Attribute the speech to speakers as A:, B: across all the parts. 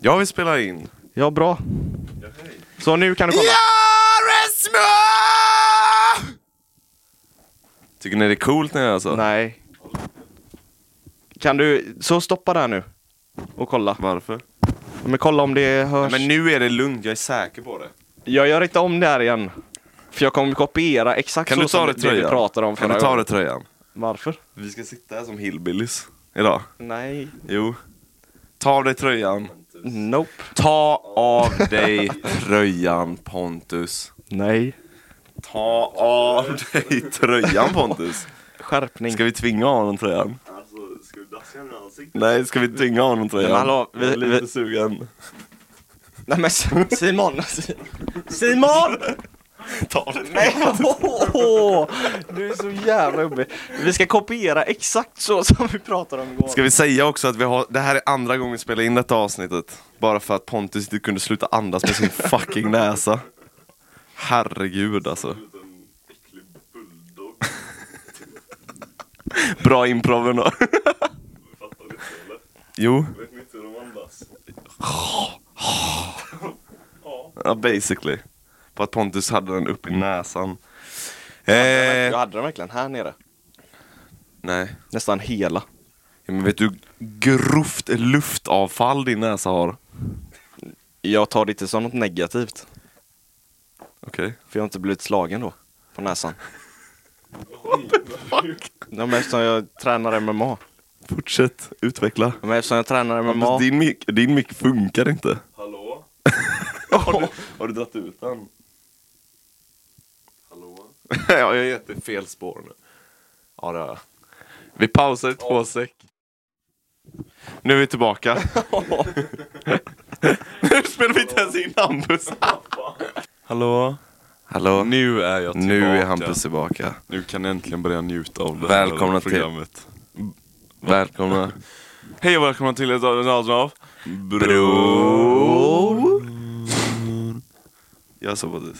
A: Ja, vi spelar in.
B: Ja, bra. Så nu kan du kolla.
A: Tycker ni det är coolt när jag gör så?
B: Nej. Kan du, så stoppa där nu. Och kolla.
A: Varför?
B: Men kolla om det hörs.
A: Men nu är det lugnt, jag är säker på det.
B: Jag gör inte om det här igen. För jag kommer kopiera exakt
A: Kan
B: så
A: du ta
B: som
A: det
B: det vi
A: tröjan?
B: pratade om
A: Kan du
B: förra
A: ta
B: gången.
A: det tröjan?
B: Varför?
A: Vi ska sitta här som hillbillies idag.
B: Nej.
A: Jo. Ta av dig tröjan.
B: Nope.
A: Ta av dig tröjan Pontus.
B: Nej.
A: Ta av dig tröjan Pontus.
B: Skärpning.
A: Ska vi tvinga av honom tröjan?
C: Alltså, ska du dassa henne i ansiktet?
A: Nej, ska vi tvinga av honom tröjan?
B: Men hallå, vi-
A: jag är lite
B: vi-
A: sugen.
B: Nej men S- Simon! Simon!
A: Ta av dig
B: Nej! åh, Du är så jävla jobbig. Vi ska kopiera exakt så som vi pratade om igår.
A: Ska vi säga också att vi har, det här är andra gången vi spelar in detta avsnittet. Bara för att Pontus inte kunde sluta andas med sin fucking näsa. Herregud alltså.
C: En äcklig bulldog.
A: Bra improven då.
C: Fattar ni inte eller?
A: Jo,
C: Vet ni inte hur de andas?
A: ja, basically. På att Pontus hade den upp i näsan. Eh,
B: Jag hade den verkligen här nere.
A: nej.
B: Nästan hela.
A: Ja, men vet du grovt luftavfall din näsa har?
B: Jag tar det inte som något negativt.
A: Okej.
B: För jag har inte blivit slagen då. På näsan. Ja, men eftersom jag tränar MMA.
A: Fortsätt utveckla. Alltså,
B: Ja, Men eftersom jag tränar MMA.
A: Din mick, din mick funkar inte.
C: Hallå?
A: Har du, har du dragit ut den?
C: Hallå?
A: ja, jag är jättefel spår nu. Ja, det har jag. Vi pausar i två sek. Nu är vi tillbaka. nu spelar vi inte ens in Hampus.
C: Hallå?
A: Hallå? Nu,
C: Nu är jag tillbaka.
A: nu är Hampus tillbaka.
C: Nu kan jag äntligen börja njuta av det
A: Välkomna
C: här
A: till-
C: programmet.
A: Välkomna.
C: Hej och välkomna till ett avsnitt av
A: Bror. Gör så Pontus.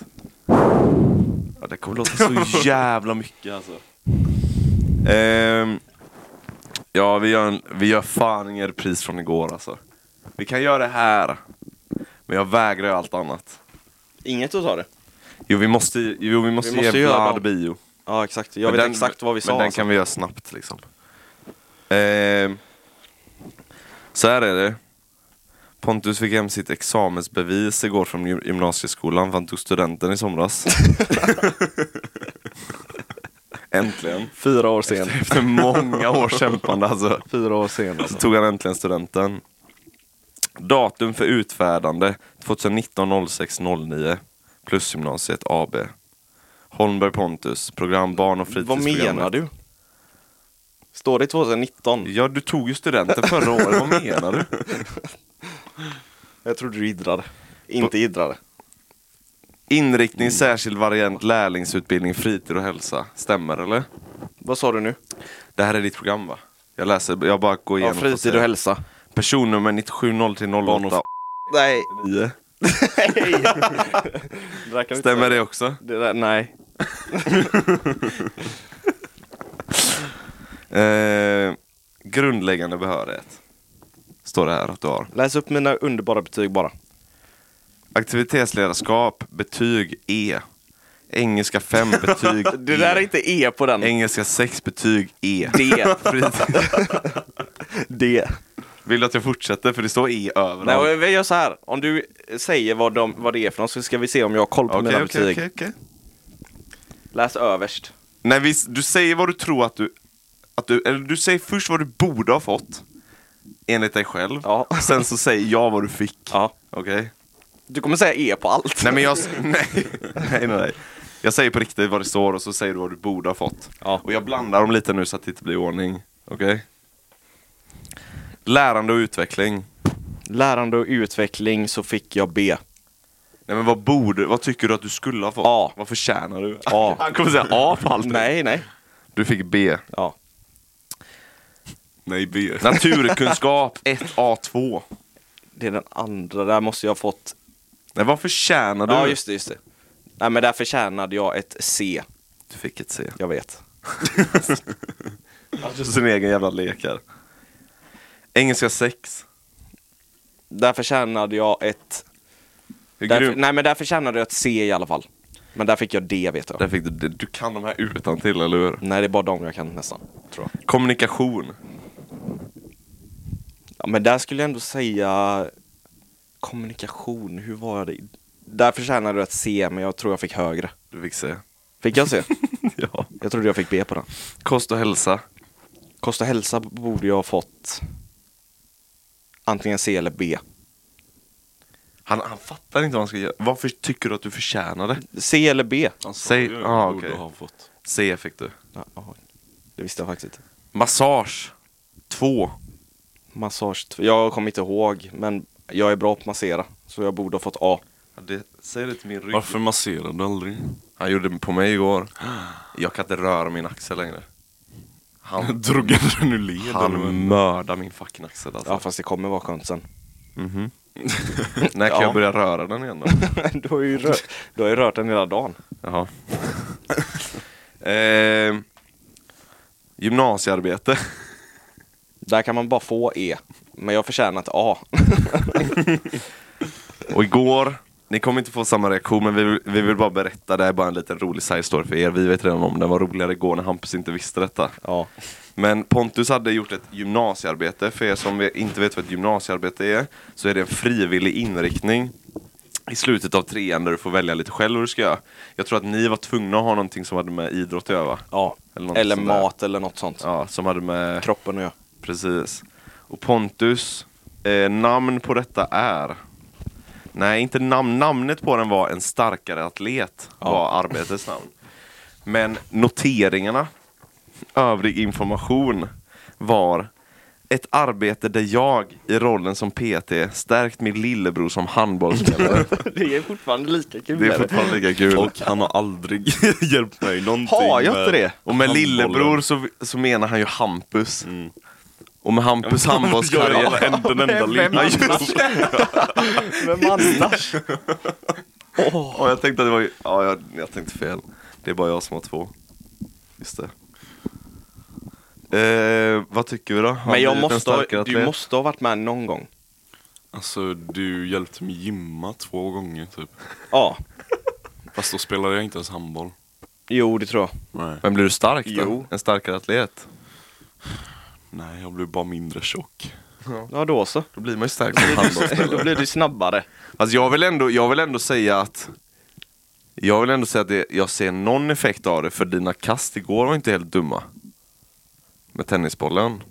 A: Ja, det kommer låta så jävla mycket alltså. Ehm, ja, vi gör, en, vi gör fan ingen repris från igår alltså. Vi kan göra det här. Men jag vägrar ju allt annat.
B: Inget att ta det.
A: Jo, vi måste, jo, vi måste,
B: Vi måste
A: ge
B: göra
A: Vlad
B: dem.
A: bio.
B: Ja exakt. Jag
A: Men
B: vet
A: den-
B: exakt vad vi sa.
A: Men den
B: alltså.
A: kan vi göra snabbt liksom. Ehm, så här är det. Pontus fick hem sitt examensbevis igår från gym- gymnasieskolan för han tog studenten i somras. äntligen.
B: Fyra år sen.
A: Efter många år kämpande alltså.
B: Fyra år sen
A: Så
B: alltså.
A: tog han äntligen studenten. Datum för utfärdande 2019-06-09 plus gymnasiet AB. Holmberg Pontus, program barn och
B: Vad
A: fritidsprogrammet.
B: menar du? Står det 2019?
A: Ja, du tog ju studenten förra året. Vad menar du?
B: Jag trodde du iddrade. Inte iddrade.
A: Inriktning, särskild variant, lärlingsutbildning, fritid och hälsa. Stämmer eller?
B: Vad sa du nu?
A: Det här är ditt program va? Jag läser, jag bara går
B: Ja,
A: igenom.
B: fritid och hälsa.
A: Personnummer 970308.
B: Nej.
A: Stämmer det också?
B: det där, nej.
A: Eh, grundläggande behörighet. Står det här att du har.
B: Läs upp mina underbara betyg bara.
A: Aktivitetsledarskap, betyg E. Engelska 5, betyg
B: Det där är
A: E.
B: inte E på den.
A: Engelska 6, betyg E.
B: D.
A: Fritid.
B: D.
A: Vill du att jag fortsätter? För det står E överallt.
B: Nej, vi gör så här. Om du säger vad, de, vad det är för något så ska vi se om jag har koll på
A: Okej,
B: mina
A: okej,
B: betyg.
A: okej, okej.
B: Läs överst.
A: Nej, vi, du säger vad du tror att du, att du... Eller du säger först vad du borde ha fått, enligt dig själv.
B: Ja.
A: Sen så säger jag vad du fick.
B: Ja.
A: Okej?
B: Du kommer säga E på allt.
A: Nej, men jag... s- Nej. nej, nej, nej. Jag säger på riktigt vad det står och så säger du vad du borde ha fått.
B: Ja.
A: Och jag blandar dem lite nu så att det inte blir ordning. Okej? Lärande och utveckling.
B: Lärande och utveckling så fick jag B.
A: Nej men vad borde, vad tycker du att du skulle ha fått?
B: A.
A: Vad förtjänar du?
B: A.
A: Han kommer säga A på allt.
B: Nej, nej.
A: Du fick B.
B: Ja.
C: Nej, B.
A: Naturkunskap 1A2.
B: Det är den andra. Där måste jag ha fått...
A: Nej, vad förtjänar du?
B: Ja, just det, just det. Nej, men där förtjänade jag ett C.
A: Du fick ett C.
B: Jag vet.
A: Alltså sin egen jävla lek här. Engelska 6.
B: Där förtjänade jag ett...
C: Hur
B: Där,
C: grym.
B: nej men där förtjänade jag ett C i alla fall. Men där fick jag D vet jag.
A: Där fick du, det. du kan de här utan till eller hur?
B: Nej det är bara de jag kan nästan. Tror jag.
A: Kommunikation.
B: Ja, men där skulle jag ändå säga... Kommunikation, hur var jag det? Där förtjänade jag ett C men jag tror jag fick högre.
A: Du fick se.
B: Fick jag C?
A: Ja.
B: Jag trodde jag fick B på den.
A: Kost och hälsa.
B: Kost och hälsa borde jag ha fått antingen C eller B.
A: Han, han fattar inte vad han ska göra. Varför tycker du att du förtjänar det?
B: C eller B?
C: Han sa
A: Säg-
C: ju,
A: ah,
C: borde
A: okej.
C: ha fått.
A: C fick du.
B: Ja, oj. Det visste jag faktiskt inte.
A: Massage. Två.
B: Massage, t- jag kommer inte ihåg men jag är bra på att massera så jag borde ha fått A.
A: Ja, det, säg det till min rygg.
C: Varför masserar du aldrig?
A: Han gjorde det på mig igår. Jag kan inte röra min axel längre. Han,
C: Drog den ur led eller vad?
A: han mördar min fucking axel alltså. Mhm.
B: Ja fast det kommer vara skönt sen.
A: När kan
B: Ja.
A: jag börja röra den igen då?
B: du, har ju rört, du har ju rört den hela dagen.
A: Jaha. eh, gymnasiearbete.
B: Där kan man bara få E. Men jag förtjänar ett A.
A: Och igår, ni kommer inte få samma reaktion men vi, vill- vi vill bara berätta, det här är bara en liten rolig side story för er. Vi vet redan om den var roligare igår när Hampus inte visste detta.
B: Ja.
A: Men Pontus hade gjort ett gymnasiearbete. För er som ve- inte vet vad ett gymnasiearbete är så är det en frivillig inriktning i slutet av trean där du får välja lite själv hur du ska göra. Jag tror att ni var tvungna att ha någonting som hade med idrott att göra va?
B: ja.
A: Eller
B: Eller,
A: något sånt där.
B: mat eller något sånt.
A: Ja, som hade med...
B: Kroppen och jag.
A: Precis. Och Pontus, eh, namn på detta är... Nej, inte namn. Namnet på den var En starkare atlet, var arbetets namn. Men noteringarna, övrig information, var ett arbete där jag i rollen som PT stärkt min lillebror som handbollsspelare.
B: det är fortfarande lika kul.
A: Det är fortfarande lika kul.
C: Och han har aldrig hjälpt mig någonting
A: Har jag inte
C: med
A: det? Och med
C: handbollen.
A: lillebror så, så menar han ju Hampus. Och med Hampus
C: Jag är alla-
A: handbollskarriär.
C: en- den enda
B: Vem
C: lilla.
B: annars? Vem annars?
A: Ja, jag tänkte att det var ju- Ja, jag, jag tänkte fel. Det är bara jag som har två. Just det. Eh, vad tycker vi då? Har
B: Men jag
A: blivit en
B: måste ha,
A: starkare
B: du
A: atlet?
B: måste ha varit med någon gång.
C: Alltså du hjälpte mig gymma två gånger typ.
B: Ja.
C: Fast då spelade jag inte ens handboll.
B: Jo, det tror jag.
C: Nej.
A: Men blir du stark då?
B: Jo.
A: En starkare atlet?
C: Nej, jag blev bara mindre tjock.
B: Ja, då så.
A: Då blir man ju stark som handbollsspelare.
B: Då blir du snabbare.
A: Alltså jag vill ändå, jag vill ändå säga att jag vill ändå säga att det, jag ser någon effekt av det för dina kast igår var inte helt dumma. Med tennisbollen.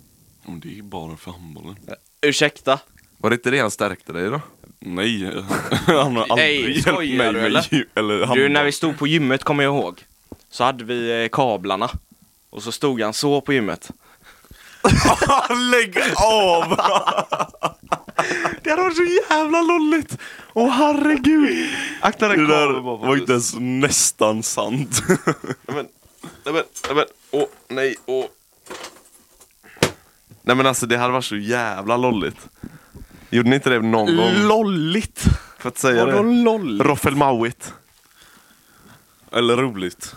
C: Men det är ju bara för handbollen.
B: Ursäkta?
A: Var det inte det han stärkte dig då?
C: Nej, han har aldrig
B: Nej,
C: hjälpt
B: skojar
C: mig
B: du,
C: med
B: eller?
C: ju- eller
B: Du,
C: handboll.
B: när vi stod på gymmet kommer jag ihåg. Så hade vi eh, kablarna. Och så stod han så på gymmet.
A: Lägg av! det hade varit så jävla lolligt! Åh herregud! Akta
C: Det
A: den
C: där
A: kabeln bara
C: var inte ens nästan sant.
A: Nämen, nämen, nämen, åh nej, åh. Nej men alltså det hade varit så jävla lolligt. Gjorde ni inte det någon gång?
B: Lolligt!
A: För att säga
B: Vadå
A: det.
B: lolligt?
A: Roffel Mowit.
C: eller roligt.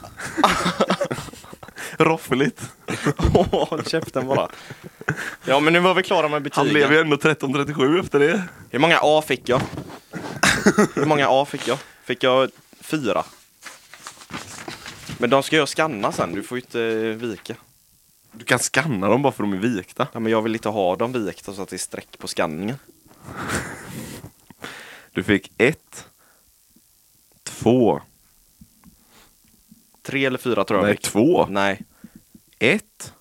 A: Roffeligt.
B: Håll käften bara. Ja, men nu var vi klara med
A: Han
B: betygen.
A: blev ju ändå 13-37 efter det.
B: Hur många A fick jag? Hur många A fick jag? Fick jag fyra? Men de ska jag skanna sen, du får ju inte eh, vika.
A: Du kan skanna dem bara för de är vikta.
B: Ja, men jag vill inte ha dem vikta så att det är streck på skanningen.
A: Du fick ett, två,
B: Tre eller fyra tror jag
A: nej
B: fick.
A: två.
B: Nej.
A: Ett,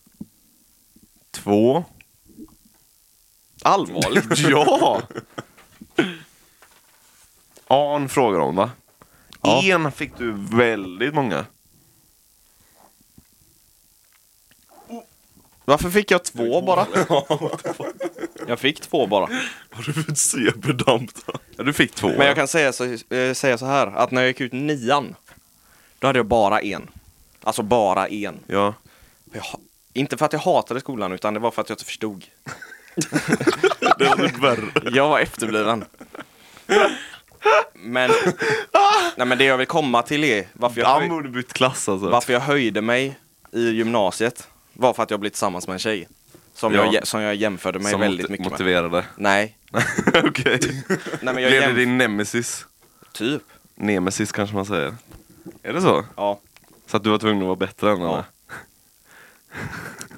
A: två.
B: Allvarligt?
A: Ja! An frågar om va?
B: Ja.
A: En fick du väldigt många.
B: Varför fick jag två bara? Jag fick två bara.
C: Vad du för ett CB-damp då?
A: Ja, du fick två.
B: Men jag kan säga så, eh, säga så här, att när jag gick ut nian, då hade jag bara en. Alltså bara en.
A: Ja.
B: Jag, ha- inte för att jag hatade skolan, utan det var för att jag inte förstod.
C: Det är lite värre.
B: Jag var efterbliven. Men, nej men det jag vill komma till är varför jag,
A: Han
B: höj,
A: borde bytt klass alltså.
B: varför jag höjde mig i gymnasiet var för att jag blev tillsammans med en tjej. Som,
A: Ja.
B: jag, jä- som jag jämförde mig
A: som
B: väldigt
A: mot-
B: mycket med.
A: motiverade.
B: Nej,
A: Okej. Blev
B: nej men jag
A: det
B: jämförde...
A: din nemesis?
B: Typ.
A: Nemesis kanske man säger. Är det så?
B: Ja.
A: Så att du var tvungen att vara bättre än henne?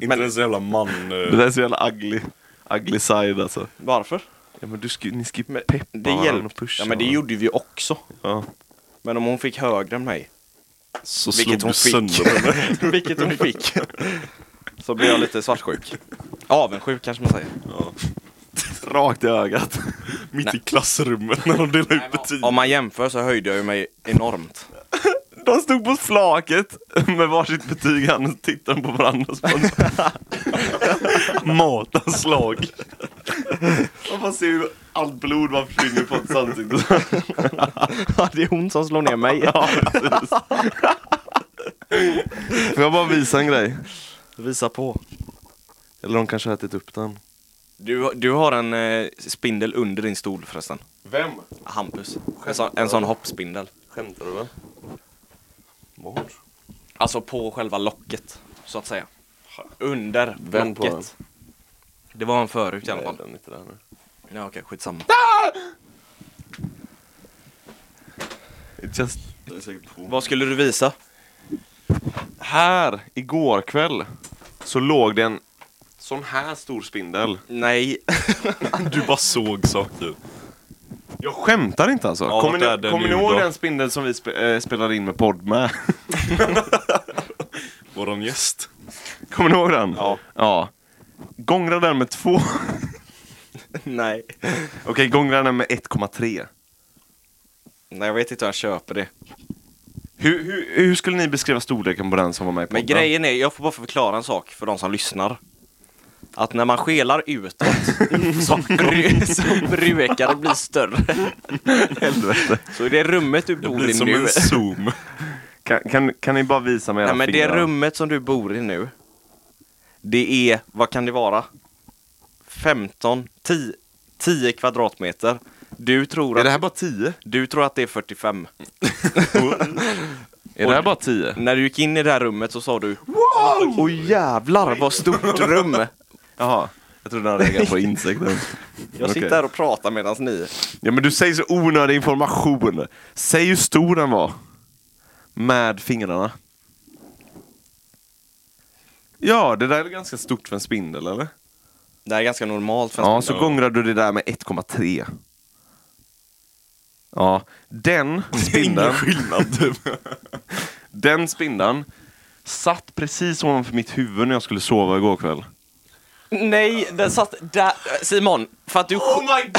C: Inte den så jävla man... eh,
A: Det där är så jävla ugly. Ugly side alltså.
B: Varför?
A: Ja men du sku, ni ska ju
B: Men
A: peppa
B: det
A: varandra
B: hjälpte.
A: och pusha
B: Ja men det
A: varandra.
B: gjorde vi ju också.
A: Ja.
B: Men om hon fick högre än mig,
C: Så
B: vilket
C: slog
B: hon
C: du
B: fick.
C: sönder henne.
B: vilket hon fick, så blev jag lite svartsjuk. Avundsjuk kanske man säger.
A: Rakt i ögat.
C: Mitt
B: Nej.
C: i klassrummet när de delar ut betyg.
B: Om man jämför så höjde jag ju mig enormt.
A: De stod på flaket med varsitt betyg han och tittade på varandra. Så bara-
C: Matanslag.
A: Man får se hur allt blod bara försvinner på ett ansikte.
B: det är hon som slår ner mig.
A: Får jag bara visa en grej?
B: Visa på.
A: Eller de kanske har ätit upp den.
B: Du, du har en eh, spindel under din stol förresten.
A: Vem?
B: Hampus. En sån, en sån hoppspindel.
A: Skämtar du va? Vart?
B: Alltså på själva locket, så att säga. Under
A: Vänd på
B: locket. Det var en förut i alla fall.
A: den inte där nu.
B: Ja, okej, skitsamma.
A: It just...
B: Vad skulle du visa?
A: Här, igår kväll, så låg det en sån här stor spindel.
B: Nej.
C: Du bara såg saker.
A: Jag skämtar inte alltså.
C: Ja,
A: kommer
C: vart är
A: ni,
C: den
A: kommer ni
C: nu
A: ihåg
C: då?
A: den spindeln som vi spe, eh, spelade in med podd med?
C: Våran gäst.
A: kommer ni ihåg den? Ja. ja. Gångra den med två.
B: Nej.
A: Okej, gångra den med 1,3.
B: Nej, jag vet inte hur jag köper det.
A: Hur, hur, hur skulle ni beskriva storleken på den som var med i podden?
B: Men grejen är, jag får bara förklara en sak för de som lyssnar. Att när man skelar utåt så, bru- så brukar det bli större.
A: Helvete.
B: Så i det rummet du
C: Jag
B: bor
C: blir
B: i
C: som
B: nu.
C: en zoom.
A: Kan, kan, kan ni bara visa mig era
B: Nej, men det
A: fingrar?
B: rummet som du bor i nu. Det är, vad kan det vara? 15, 10, 10 kvadratmeter. Du tror,
A: Är det
B: att,
A: här bara 10?
B: du tror att det är 45.
A: Är det här bara 10?
B: När du gick in i det här rummet så sa du Wow! Åh jävlar vad stort rum!
A: Jaha. Jag trodde han reagerade på insekten.
B: Jag sitter
A: Okej.
B: här och pratar medan ni
A: Ja men du säger så onödig information. Säg hur stor den var. Med fingrarna. Ja, det där är ganska stort för en spindel eller?
B: Det här är ganska normalt för en
A: Ja,
B: spindel.
A: så gångrar du det där med 1,3. Ja, den
C: Ingen
A: spindeln,
C: skillnad typ.
A: den spindeln satt precis ovanför mitt huvud när jag skulle sova igår kväll.
B: Nej, den satt där. Simon, för att du...
C: Oh
A: my god!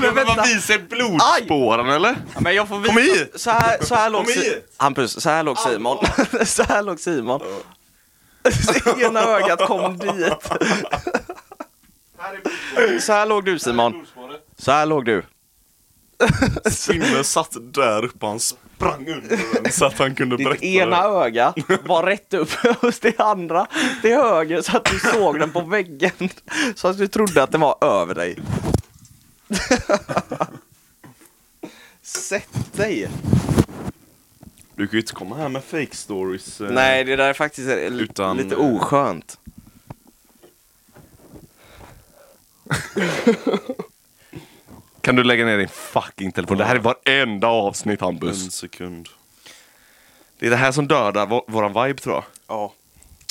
B: Men vänta.
A: visa er blodspåren eller?
B: Ja, Men jag får visa.
A: Kom hit!
B: Så här, så här låg
A: Kom
B: Si-
A: hit!
B: Hampus, så här låg Simon. så här låg Simon. Ena ögat kom dit. Så här låg du Simon. Så här låg du.
C: Spindeln satt där uppe och han sprang under den så att han kunde
B: Ditt
C: berätta.
B: ena öga var rätt upp hos det andra till höger så att du såg den på väggen. Så att du trodde att den var över dig. Sätt
A: Eh.
B: dig!
C: Du kan ju inte komma här med fake stories. eh.
B: Nej, det där är faktiskt li-
C: Utan-
B: lite oskönt.
A: Kan du lägga ner din fucking telefon? Det här är varenda avsnitt
C: En
A: Hampus.
C: sekund.
A: Det är det här som dödar vår, våran vibe tror jag.
B: Ja.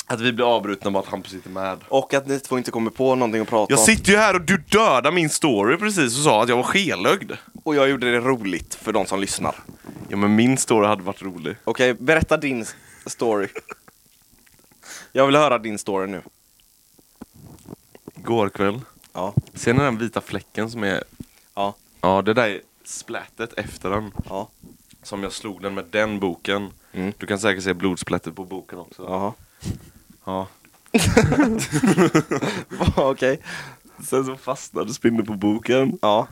A: Att vi blir avbrutna bara att Hampus inte är med.
B: Och att ni två inte kommer på någonting att prata
A: Jag
B: om.
A: sitter ju här och du dödar min story precis och sa att jag var skelögd.
B: Och jag gjorde det roligt för de som lyssnar.
A: Ja men min story hade varit rolig.
B: Okej, berätta din s- story. Jag vill höra din story nu.
A: Igår kväll.
B: Ja.
A: Ser ni den vita fläcken som är...
B: Ja.
A: Ja det där är splätet efter den.
B: Ja.
A: Som jag slog den med den boken.
B: Mm.
A: Du kan säkert se blodsplättet på boken också.
B: Jaha.
A: Ja.
B: Okej.
A: Sen så fastnade spindeln på boken.
B: Ja.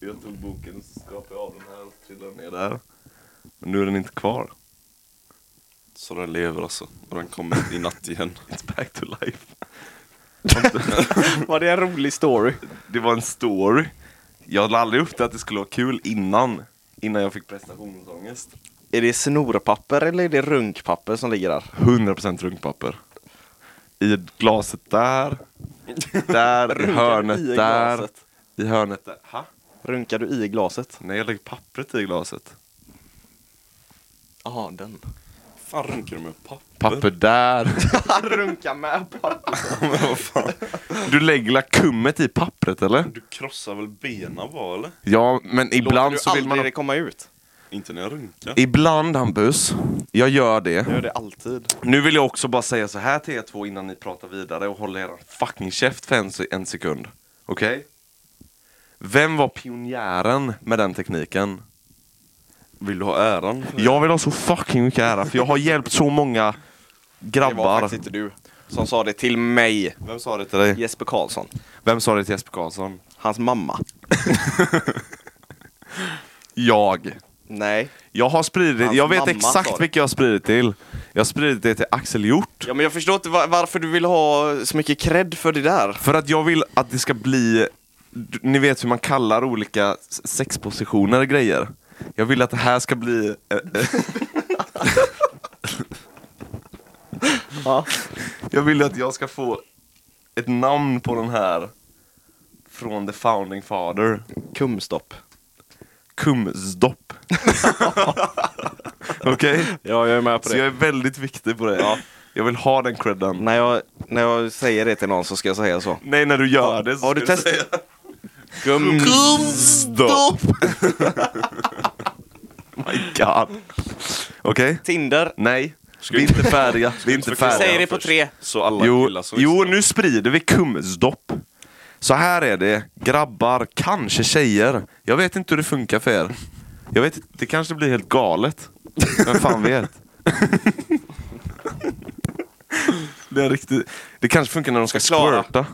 A: Jag tog boken och så skrapade jag av den här och trillade ner där. Men nu är den inte kvar.
C: Så den lever alltså. Och den kommer i natt igen.
A: It's back to life.
B: Var det en rolig story?
A: Det var en story. Jag lade aldrig upp det att det skulle vara kul innan. Innan jag fick prestationsångest.
B: Är det snorpapper eller är det runkpapper som ligger där?
A: 100% runkpapper. I glaset där. Där, i
B: Runkar
A: hörnet
B: i
A: där.
B: glaset.
A: I hörnet där. Ha?
B: Runkar du i glaset?
A: Nej, jag lägger pappret i glaset.
B: Ja, den.
C: Fan runkar du med papper?
A: Papper där.
B: Runka med pappa.
A: Du lägger la kummet i pappret eller?
C: Du krossar väl benen bara eller?
A: Ja, men
B: Låter du
A: ibland så vill
B: aldrig
A: man...
B: det komma ut?
C: Inte när jag runkar.
A: Ibland Hampus, jag gör det.
B: Jag gör det alltid.
A: Nu vill jag också bara säga så här till er två innan ni pratar vidare och håller er fucking käft för en, se- en sekund. Okej? Vem var pionjären med den tekniken?
C: Vill du ha äran?
A: Jag vill ha så fucking mycket ära för jag har hjälpt så många
B: Det var
A: grabbar.
B: faktiskt inte du som sa det till mig.
A: Vem sa det till dig?
B: Jesper Karlsson.
A: Vem sa det till Jesper Karlsson?
B: Hans mamma.
A: Jag.
B: Nej.
A: Jag har spridit,
B: Hans
A: jag vet
B: mamma sa
A: exakt
B: det.
A: vilka jag har spridit till. Jag har spridit det till Axel Hjort.
B: Ja, men jag förstår inte va- varför du vill ha så mycket cred för det där.
A: För att jag vill att det ska bli, d- ni vet hur man kallar olika s- sexpositioner och grejer. Jag vill att det här ska bli, eh, eh,
B: Ja.
A: jag vill att jag ska få ett namn på den här från the founding father.
B: Kumstopp.
A: Kumsdopp. Okej?
B: Ja, jag är med
A: Så jag är väldigt viktig på det. Jag vill ha den credden.
B: När, jag, när jag säger det till någon så ska jag säga så.
A: Nej, när du gör det så
B: Har du
A: ska
B: testat?
A: säga-
B: Gum...
A: Kumsdopp! My god. Okej?
B: Tinder.
A: Nej, vi är inte färdiga. Vi är inte
B: Vi säger
A: färdiga.
B: det på tre.
C: Så alla
A: Jo,
C: killar som
A: jo,
C: lyssnar.
A: nu sprider vi kumsdopp. Så här är det, grabbar, kanske tjejer. Jag vet inte hur det funkar för er. Jag vet inte, det kanske blir helt galet. Vem fan vet? Det, är riktigt, det kanske funkar när de ska
B: Förklara.
A: squirta.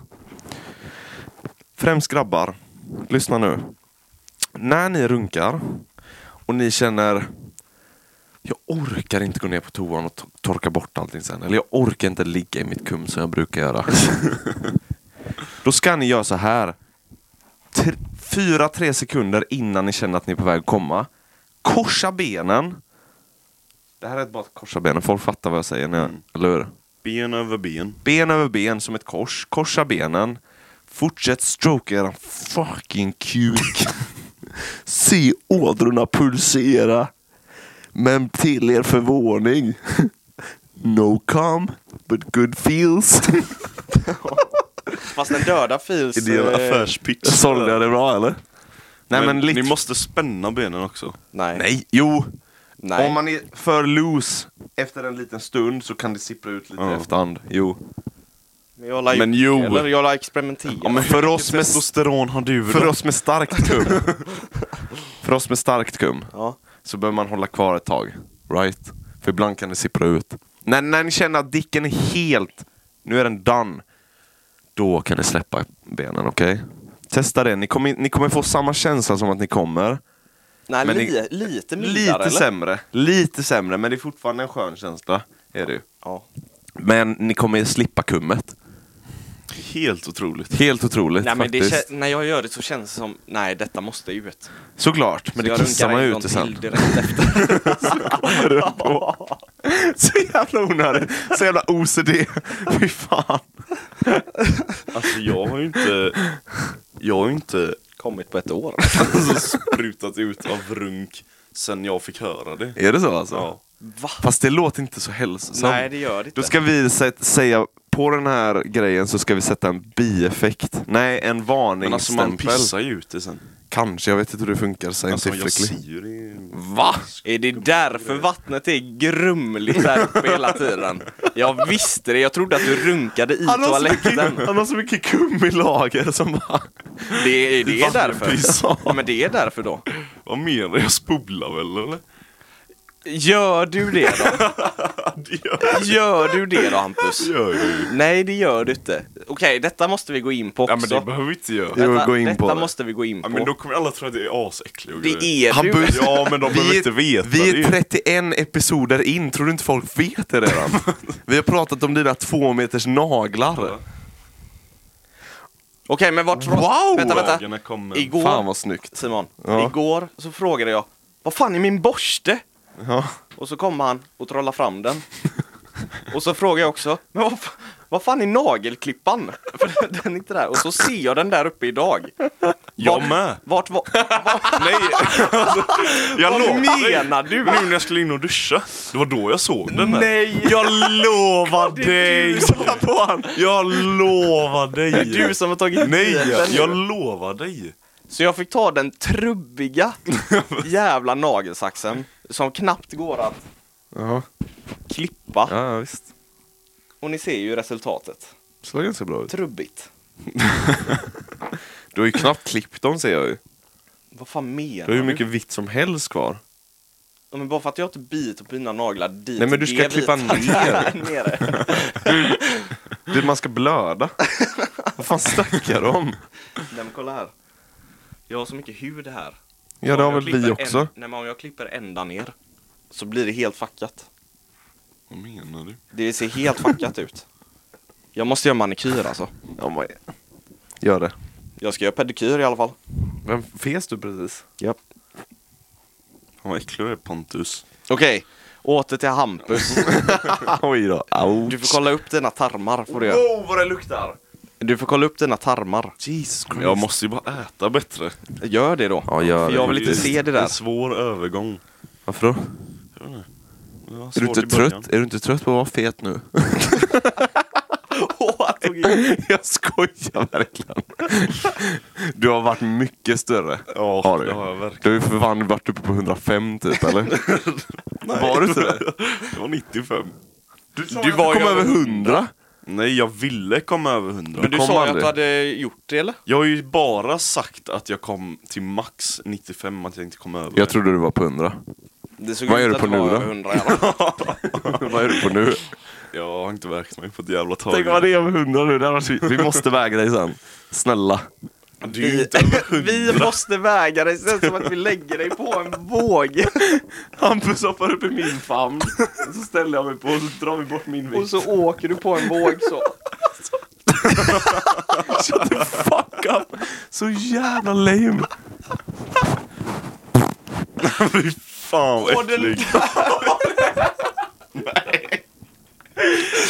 A: Främst grabbar, lyssna nu. När ni runkar och ni känner jag orkar inte gå ner på toan och to- torka bort allting sen. Eller jag orkar inte ligga i mitt kum som jag brukar göra. Då ska ni göra så här. Tr- fyra, tre sekunder innan ni känner att ni är på väg att komma. Korsa benen. Det här är bara att korsa benen. Folk fattar vad jag säger, när jag, eller hur?
C: Mm. Ben över ben.
A: Ben över ben som ett kors. Korsa benen. Fortsätt stroka eran fucking kuk. Se ådrorna pulsera. Men till er förvåning. No come, but good feels.
B: Fast den döda fils...
C: Är det en
B: eh,
C: affärspitch?
A: Sålde jag det bra eller? Nej men, lite...
C: Ni måste spänna benen också.
B: Nej.
A: Nej, jo.
B: Nej.
A: Om man är för loose efter en liten stund så kan det sippra ut lite i
C: Ja.
A: efterhand. Jo.
B: Men jag la ju...
C: Men jo.
B: Eller jag la experimentera.
A: men för oss med...
C: Testosteron har du
A: För oss med starkt kum. för oss med starkt kum.
B: Ja.
A: Så behöver man hålla kvar ett tag. Right? För ibland kan det sippra ut. När, när ni känner att dicken är helt... Nu är den done. Då kan ni släppa benen, okej? Testa det. Ni kommer, ni kommer få samma känsla som att ni kommer.
B: Nej,
A: Men
B: li,
A: det-
B: lite mildare
A: Lite
B: eller?
A: sämre. Lite sämre, men det är fortfarande en skön känsla. Är det ju.
B: Ja.
A: Men ni kommer slippa kummet.
C: Helt otroligt.
A: Helt otroligt
B: Nej, men det
A: faktiskt.
B: kä- när jag gör det så känns det som, nej detta måste ut.
A: Såklart, men
B: Så
A: det
B: jag
A: kissar
B: runkar
A: man
B: in
A: ju
B: någon
A: ute
B: till
A: sen.
B: direkt efter.
A: Så jävla onödigt. Så jävla OCD. Fy fan.
C: Alltså jag har ju inte... Jag har ju inte
B: Kommit på ett år.
C: alltså, sprutat ut av runk sen jag fick höra det.
A: Är det så alltså?
C: Ja.
B: Va?
A: Fast det låter inte så hälsosamt.
B: Nej det gör det inte.
A: Då ska vi sä- säga, på den här grejen så ska vi sätta en bieffekt. Nej, en
C: Men alltså man
A: varningsstämpel.
C: pissar ju ut det sen.
A: Kanske, jag vet inte hur det funkar
C: Alltså jag
A: scientifically.
C: ser ju det.
A: Va?
B: Är det därför vattnet är grumligt där uppe hela tiden? Jag visste det, jag trodde att du runkade i
A: Han har så
B: toaletten.
A: mycket- han har så mycket kum i lager som bara...
B: Det, det är därför.
A: Vattenpiss.
B: Ja, men det är därför då.
C: Vad menar du? Jag spolar väl eller?
B: Gör du det då?
C: Det gör jag.
B: Gör du det då Hampus?
C: Det gör jag ju.
B: Nej det gör du inte. Okej, detta måste vi gå in på också.
C: Ja men det behöver vi inte göra.
A: Jo,
B: detta
A: gå in
B: detta
A: på det.
B: måste vi gå in på.
C: Ja men då kommer alla tro att det är asäckligt och
B: Det
C: grejer.
B: är du.
A: Hampus,
C: Ja men de behöver
A: är-
C: inte veta
A: vi är
C: det.
A: 31 episoder in, tror du inte folk vet det redan? vi har pratat om dina två meters naglar.
B: Okej men vart var...
A: Wow!
B: Vänta, vänta.
C: Dagarna kommer.
B: Igår,
A: Fan vad snyggt.
B: Simon,
A: Ja.
B: igår så frågade jag Vad fan är min borste?
A: Ja.
B: Och så kommer han och trollar fram den. och så frågar jag också Men vad, fa- Vad fan är nagelklippan? För den är inte där. Och så ser jag den där uppe idag.
C: Jag med!
B: Vart var...
C: Nej! Alltså, jag
B: Vad
C: lovar dig.
B: menar du?
C: Nu när jag skulle in och duscha, det var då jag såg den. här.
B: Nej!
C: Jag lovar dig! Jag lovar dig!
B: Du som har tagit
C: Nej,
B: hit den.
C: jag lovar dig!
B: Så jag fick ta den trubbiga jävla nagelsaxen som knappt går att
A: Ja,
B: klippa.
A: ja visst.
B: Och ni ser ju resultatet.
A: Såg ganska bra ut.
B: Trubbigt.
A: Du har ju knappt klippt dem ser jag ju.
B: Vad fan menar
A: Du har hur mycket vitt som helst kvar.
B: Ja, Men bara för att jag inte biter på mina naglar dit
A: Nej, men du
B: det
A: ska
B: är
A: klippa
B: vita där nere.
A: Du, man ska blöda. Vad fan snackar du om?
B: Nej men kolla här. Jag har så mycket hud här.
A: Ja, det har
B: Om jag
A: väl vi
B: klipper
A: också.
B: En, nej men om jag klipper ända ner så blir det helt fackat.
C: Vad menar du?
B: Det ser helt fackat ut. Jag måste göra manikyr alltså.
A: Ja, men... Gör det.
B: Jag ska göra pedikyr i alla fall.
A: Vem fes du precis?
B: Japp.
C: Fan vad äcklig du är Pontus.
B: Okej, åter till Hampus.
A: Oj då. Au.
B: Du får kolla upp dina tarmar får du göra.
A: Wow, vad det luktar!
B: Du får kolla upp dina tarmar.
A: Jesus Christ.
C: Jag måste ju bara äta bättre.
B: Gör det då.
A: Ja, gör
B: För
A: det.
B: jag vill inte se det
C: En
B: där.
C: svår övergång.
A: Varför då?
C: Det var
A: Är du,
C: svårt
A: inte
C: i början.
A: trött? är du inte trött på att vara fet nu?
B: Åh, jag tog i.
A: jag skojar verkligen. Du har varit mycket större.
C: Ja,
A: har du.
C: det har jag verkligen.
A: Du har ju för fan varit uppe på 105 typ, eller? Var du inte det?
C: Det var 95.
A: Du var kom över 100.
C: Nej, jag ville komma över 100.
B: Men du
A: Kom
B: sa ju att
A: aldrig.
B: du hade gjort det eller?
C: Jag har ju bara sagt att jag kom till max 95, att jag inte kom över
A: Jag
C: det.
A: trodde du var på 100.
B: Det såg
A: Vad
B: ut
A: gör du
B: att
A: på
B: det var
A: nu då?
B: över 100 i alla fall.
A: Vad är du på nu?
C: Jag har inte vägt mig på ett jävla tag.
A: Tänk vad det är över 100 nu. Det här måste vi- vi måste väga dig sen. Snälla.
C: Du är ju inte över 100.
B: Vi måste väga dig, det känns som att vi lägger dig på en våg.
A: Hampus hoppar upp i min famn. Så ställer jag mig på och så drar vi bort min
B: Och så åker du på en våg så.
A: Shut the fuck up! Så jävla lame.
C: Fy fan vad äcklig.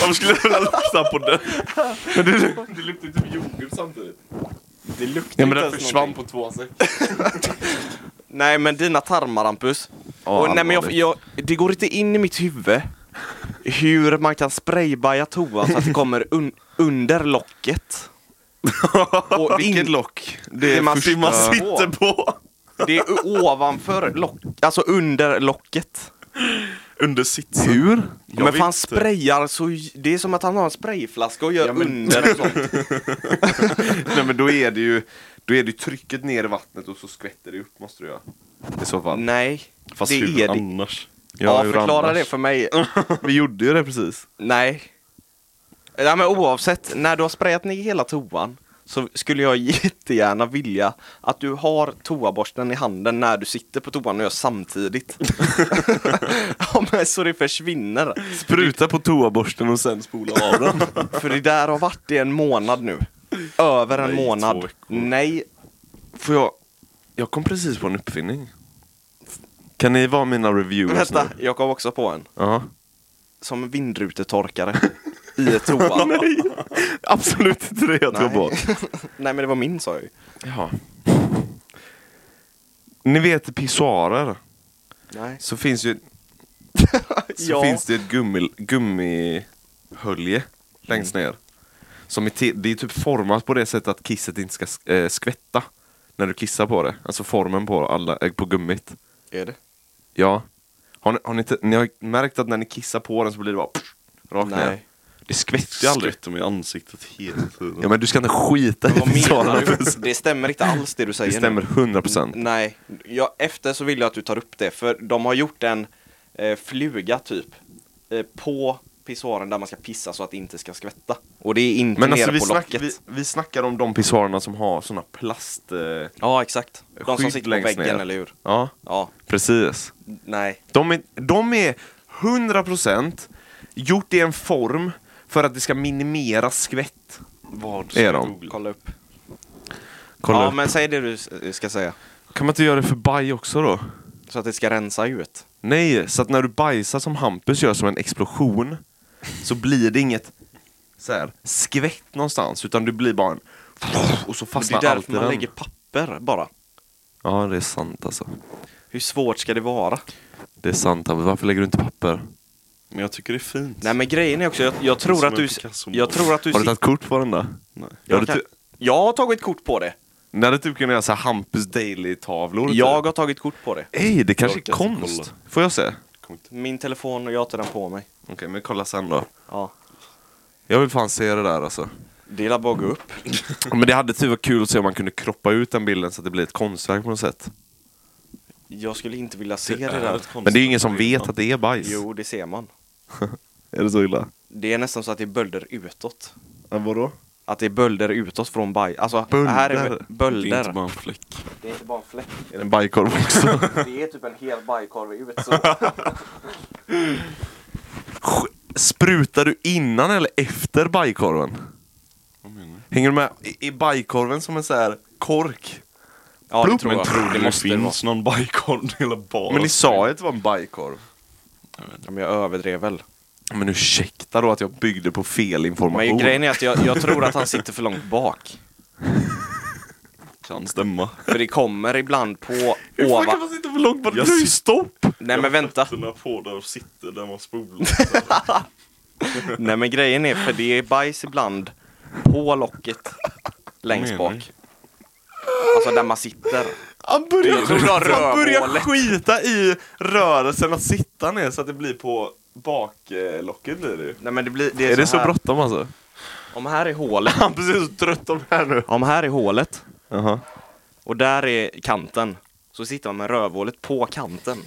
C: Varför skulle jag vilja lyssna på den?
A: Det luktar typ jordgubb samtidigt.
B: Det luktar
A: Ja men
B: inte
A: den
B: ens
A: försvann
B: någonting.
A: på två sekunder.
B: Nej men dina tarmar Hampus.
A: Ja,
B: och, nej, men jag,
A: allvarligt.
B: jag, det går inte in i mitt huvud hur man kan spraybaja toa så att det kommer un, under locket. Och
A: Vilket
B: in-
A: lock?
B: Det man
A: första-
B: simmar sig-
C: Sitter på.
B: Det är o- ovanför locket, alltså under locket.
C: Under sitsen.
A: Hur?
C: Jag
B: men
C: vet
B: fan
C: inte.
B: sprayar så, j- det är som att han har en sprayflaska och gör under och sånt.
A: Nej men då är det ju då är det ju trycket ner i vattnet och så skvätter det upp måste du göra. I så fall.
B: Nej,
C: Fast
B: det
C: hur
B: är det.
C: annars?
B: Ja,
A: hur
B: förklara
A: annars?
B: det för mig.
A: Vi gjorde ju det precis.
B: Nej. Ja, men oavsett, när du har sprayat ner hela toan så skulle jag jättegärna vilja att du har toaborsten i handen när du sitter på toan och gör samtidigt. ja, men så det försvinner.
A: Spruta på toaborsten och sen spola av den.
B: För det där har varit i en månad nu. Över en
C: Nej, två
B: månad.
C: veckor.
B: Nej,
A: Får jag? Jag kom precis på en uppfinning. Kan ni vara mina reviewers
B: vänta.
A: nu?
B: Jag kom också på en.
A: Ja.
B: Som en vindrutetorkare. I toan.
A: Nej, absolut inte det jag tror på.
B: Nej, men det var min sa jag ju.
A: Ja. Ni vet pissoarer,
B: Nej.
A: så finns ju så
B: ja.
A: finns det ett gummi, gummihölje längst
B: Mm.
A: ner. Som är te- det är typ format på det sättet att kisset inte ska sk- eh, skvätta när du kissar på det. Alltså formen på, alla, eh, på gummit.
B: Är det?
A: Ja. Har ni, har ni, inte, ni har märkt att när ni kissar på den så blir det bara pff, rakt ner?
B: Nej.
A: Det skvätter ju aldrig.
C: Skvätter mig i ansiktet hela tiden.
A: Ja men du ska inte skita i
B: Vad menar
A: pissoaren.
B: du? Det stämmer inte alls det du säger
A: Det
B: nu.
A: stämmer 100%.
B: Nej, jag, efter så vill jag att du tar upp det för de har gjort en eh, fluga typ eh, på pissoaren där man ska pissa så att det inte ska skvätta. Och det är inte
A: Men
B: nere
A: alltså vi,
B: på
A: snack,
B: locket.
A: vi, vi snackar om de pissoarerna som har såna plast... Eh,
B: Ja, exakt. De som
A: skydd
B: sitter på
A: längst
B: väggen,
A: ner.
B: eller hur?
A: ja,
B: Ja,
A: precis.
B: nej.
A: De är, de är 100% gjort i en form för att det ska minimera skvätt.
C: Vad
A: Är de?
B: Kolla upp.
A: Kolla
B: ja,
A: upp.
B: men säg det du s- eh, ska säga.
A: Kan man inte göra det för baj också då?
B: Så att det ska rensa ut.
A: Nej, så att när du bajsar som Hampus gör som en explosion så blir det inget så här, skvätt någonstans utan du blir bara en... Och så
B: Det är
A: fastnar allt i
B: därför man
A: den.
B: lägger papper bara.
A: Ja, det är sant alltså.
B: Hur svårt ska det vara?
A: Det är sant. Abbe. Varför lägger du inte papper?
C: Men jag tycker det är fint.
B: Nej men grejen är också, jag, jag tror
C: Som
B: att
C: en
B: du...
C: Picasso-mål.
B: Jag tror att du...
A: Har du
B: sit-
A: tagit kort på den där?
C: Nej.
A: Jag hade,
B: jag, kan,
A: ty-
B: jag har tagit kort på det.
A: ni hade typ kunnat göra så här Hampus Daily-tavlor.
B: Jag har tagit kort på det.
A: Ej, det kanske är
C: Jag orkar inte
A: konst.
C: kolla.
A: Får jag se? Okej,
C: Kom inte.
B: Min telefon och jag tar den på mig.
A: men kolla sen då.
B: Ja.
A: Jag vill fan se det där alltså.
B: Det är bara att gå upp.
A: Men det hade typ varit kul att se om man kunde kroppa ut den bilden så att det blir ett konstverk på något sätt.
B: Jag skulle inte vilja se det,
C: är
B: där.
C: ett konst-
A: Men det är ju ingen som vet att det är bajs.
B: Jo, det ser man.
A: Är det så illa?
B: Det är nästan så att det är bölder utåt.
A: Ja, vadå?
B: Att det är bölder utåt från baj. Alltså,
A: Bölder?
B: här är
C: Det är inte
B: bölder.
C: bara en fläck.
B: Det är inte bara en fläck.
A: Är det en bajkorv också?
B: Det är typ en hel bajkorv ut. Så.
A: Sprutar du innan eller efter bajkorven?
C: Vad menar du?
A: Hänger du med? I, i bajkorven som en så här kork?
B: Ja, det
A: Plupp,
B: tror
A: men
B: jag.
A: tror
C: Det,
A: Det måste det
C: finns någon bajkorv i hela baren.
A: Men ni sa ju att det var en bajkorv.
B: Ja, men jag överdrev väl.
A: Men ursäkta då att jag byggde på fel information.
B: Men grejen är att jag, jag tror att han sitter för långt bak.
C: Kan stämma.
B: För det kommer ibland på
A: Hur fan kan
B: ovan...
A: man sitta för långt bort?
C: Jag
A: Det är ju
C: ser-
A: stopp!
B: Nej
C: Jag
B: men
C: har
B: vänta.
C: fötterna på där och sitter där man spolar.
B: Nej men grejen är för det är bajs ibland på locket längst
C: Vad
B: bak.
C: menar
B: Alltså där man sitter.
A: Han
B: Jag tror du har
A: börjar, han börjar
B: rövhålet.
A: skita i rörelsen att sitta ner så att det blir på baklocket blir det ju.
B: Nej men det blir, det är,
A: Är det så
B: här.
A: bråttom alltså?
B: Om här är hålet.
A: Han är precis så trött om det här nu.
B: Om här är hålet
A: Jaha.
B: och där är kanten. Så sitter man med rövhålet på kanten.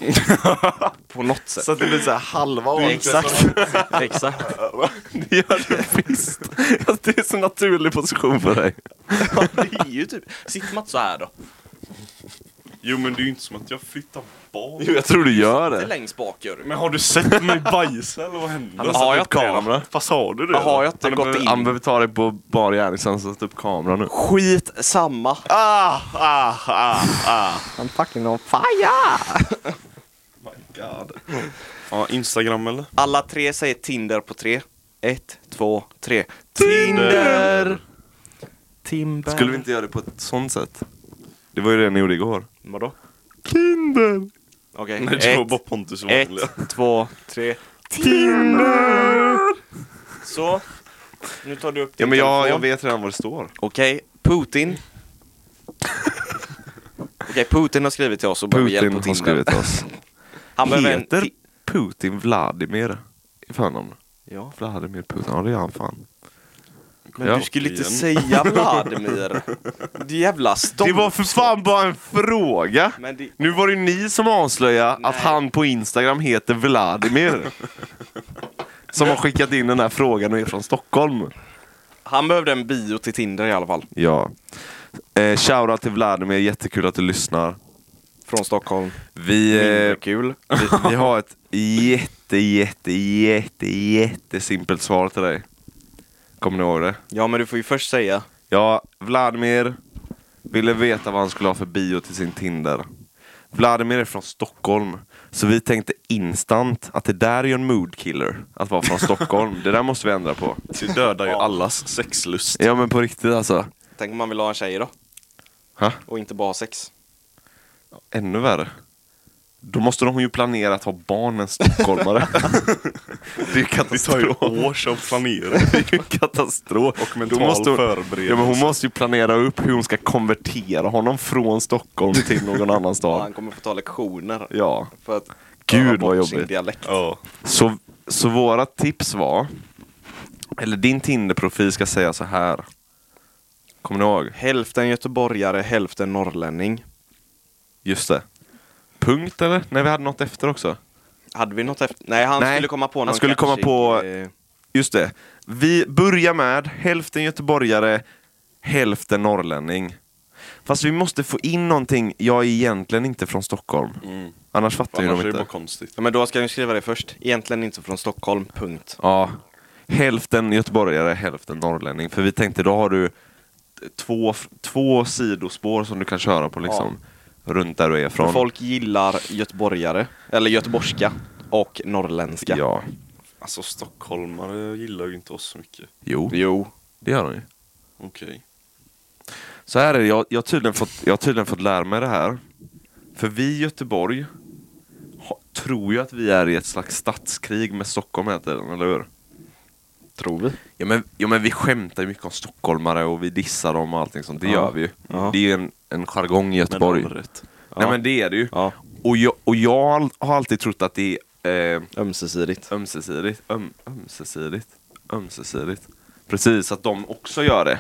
B: på något sätt.
A: Så att det blir så här halva av
B: Exakt. Exakt.
A: Det gör du visst. Alltså, Det är så naturlig position för dig.
B: Ja, det är ju typ. Sitter man inte så här då?
C: Jo men det är ju inte som att jag flyttar barn.
A: Jo, jag tror du gör
B: Det är
A: det.
B: längst bak gör du.
C: Men har du sett mig bajsa eller vad hände?
B: Han har jag inte det,
A: kamera.
C: Vad sa du det?
B: Jag har jag inte
A: Han
B: gått
A: behöver, han
B: in?
A: behöver ta dig på bar gärning så han sätter upp kameran nu.
B: Skit samma.
A: Ah, ah, ah, ah.
B: I'm fucking on fire!
C: Oh my god. Ja, Instagram eller?
B: Alla tre säger Tinder på tre. Ett, två, tre. Tinder! Timber.
A: Skulle vi inte göra det på ett sånt sätt? Det var ju det ni gjorde igår.
B: Vadå?
A: Kinder!
B: Okej.
C: Nej det var bara
B: Ett,
C: Pontus vanliga.
B: ett, två, tre.
A: Kinder!
B: Så. Nu tar du upp din
A: Ja men jag,
B: telefon.
A: jag vet redan vad det står.
B: Okej, Putin. Okej, Putin har skrivit till oss och behöver hjälp på
A: Putin har
B: Tinder.
A: skrivit till oss.
B: Han behöver en
A: Heter
B: ti-
A: Putin Vladimir i förnamn?
B: Ja,
A: Vladimir Putin, ja det är han fan.
B: men
A: Ja.
B: du skulle inte
C: Igen.
B: säga Vladimir. Det jävla stopp.
A: Det var för fan bara en fråga!
B: Men det-
A: Nu var det ni som avslöjade
B: Nej.
A: att han på Instagram heter Vladimir. som har skickat in den här frågan och är från Stockholm.
B: Han behövde en bio till Tinder i alla fall.
A: Ja. Eh, shoutout till Vladimir, jättekul att du lyssnar.
B: Från Stockholm.
A: Vi, eh,
B: Mindre kul.
A: vi, vi har ett jätte, jätte, jätte, jättesimpelt svar till dig. Kommer ni ihåg det?
B: Ja, men du får ju först säga.
A: Ja, Vladimir ville veta vad han skulle ha för bio till sin Tinder. Vladimir är från Stockholm, så vi tänkte instant att det där är ju en moodkiller, att vara från Stockholm. Det där måste vi ändra på.
C: Det dödar ju allas sexlust.
A: Ja men på riktigt alltså.
B: Tänk om man vill ha en tjej då?
A: Ha?
B: Och inte bara ha sex.
A: Ännu värre. Då måste de ju planera att ha barn med en stockholmare. Det är ju
C: Det tar ju
A: katastrof.
C: år av planering.
A: Det är ju katastrof.
C: Och mental
A: Då måste hon-
C: förberedelse.
A: Ja, men hon måste ju planera upp hur hon ska konvertera honom från Stockholm till någon annan stad.
B: Han kommer få ta lektioner.
A: Ja.
B: För att
A: Gud,
B: öva bort
A: vad
B: sin
A: jobbigt.
B: dialekt.
C: Ja.
A: Så, så våra tips var, eller din Tinder-profil ska säga så här. Kommer ni ihåg?
B: Hälften göteborgare, hälften norrlänning.
A: Just det. Punkt eller? Nej, vi hade något efter också.
B: Hade vi något efter? Nej, han
A: Nej,
B: skulle komma på
A: han
B: någon
A: skulle komma
B: catchy,
A: på-
B: eh,
A: Just det. Vi börjar med hälften göteborgare, hälften norrlänning. Fast vi måste få in någonting, jag är egentligen inte från Stockholm.
C: Mm.
A: Annars fattar ju
C: Annars
A: de
C: är det bara
A: inte.
C: konstigt.
B: Ja, men då ska jag ju skriva det först. Egentligen inte från Stockholm, punkt.
A: Ja. Hälften göteborgare, hälften norrlänning. För vi tänkte, då har du två, två sidospår som du kan köra på liksom. Runt där du är
B: För
A: från.
B: folk gillar göteborgare, eller göteborgska och norrländska.
A: Ja.
C: Alltså stockholmare gillar ju inte oss så mycket.
A: Jo,
B: Jo.
A: det gör de ju.
C: Okej.
A: Så här är det, jag, jag, har tydligen fått, jag har tydligen fått lära mig det här. För vi i Göteborg ha, tror ju att vi är i ett slags stadskrig med Stockholm hela tiden, eller hur?
B: Tror vi.
A: Ja men, ja, men vi skämtar ju mycket om stockholmare och vi dissar dem och allting sånt, det
B: Ja.
A: gör vi ju.
B: Ja.
A: Det är ju en, en jargong i
C: Men
A: Göteborg.
C: de har rätt.
A: Nej men det är det ju.
B: Ja,
A: Och jag, och jag all- har alltid trott att det är eh,
B: ömsesidigt.
A: ömsesidigt, öm, ömsesidigt, ömsesidigt. Precis, att de också gör det.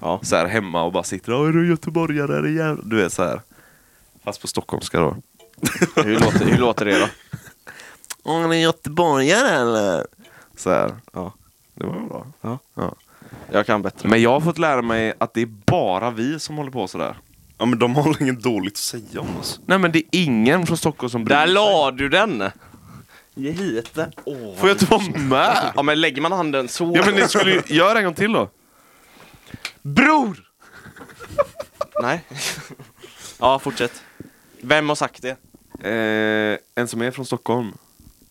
B: Ja.
A: Så här hemma och bara sitter och är du göteborgare eller jävla... Du vet så här. Fast på stockholmska då.
B: Hur, låter, hur låter det då?
A: Åh, ni är göteborgare eller? Så här.
B: Ja.
A: Det var bra.
B: Ja.
A: Ja.
B: Jag kan bättre.
A: Men jag har fått lära mig att det är bara vi som håller på sådär.
C: Ja men de har inget dåligt att säga om oss.
A: Nej men det är ingen från Stockholm som bryr
B: Där
A: sig.
B: la du den! Ge hit den.
A: Får jag inte vara med?
B: Ja men lägger man handen så...
A: Ja men ni skulle ju göra en gång till då.
B: Bror! Nej. Ja, fortsätt. Vem har sagt det?
A: Eh, en som är från Stockholm.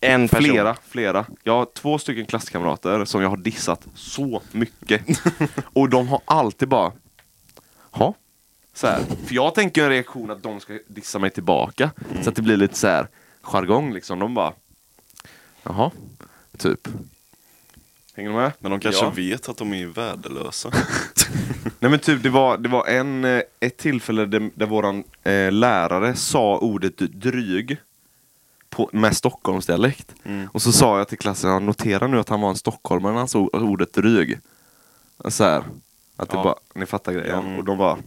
B: En person.
A: Flera, flera. Jag har två stycken klasskamrater som jag har dissat så mycket. och de har alltid bara... Ha? Så här. För jag tänker ju en reaktion att de ska dissa mig tillbaka. Så att det blir lite så här jargong liksom. De bara... Jaha? Typ. Hänger du med?
C: Men de kanske
A: Ja.
C: vet att de är värdelösa.
A: Nej men typ, det var, det var en, eh, ett tillfälle där, där våran eh, lärare sa ordet dryg på, med Stockholmsdialekt. Och så sa jag till klassen, "Ja, notera nu att han var en stockholmare när han sa ordet dryg. Så här, att det
C: Ja.
A: bara, ni fattar grejen.
C: Mm.
A: Och de bara,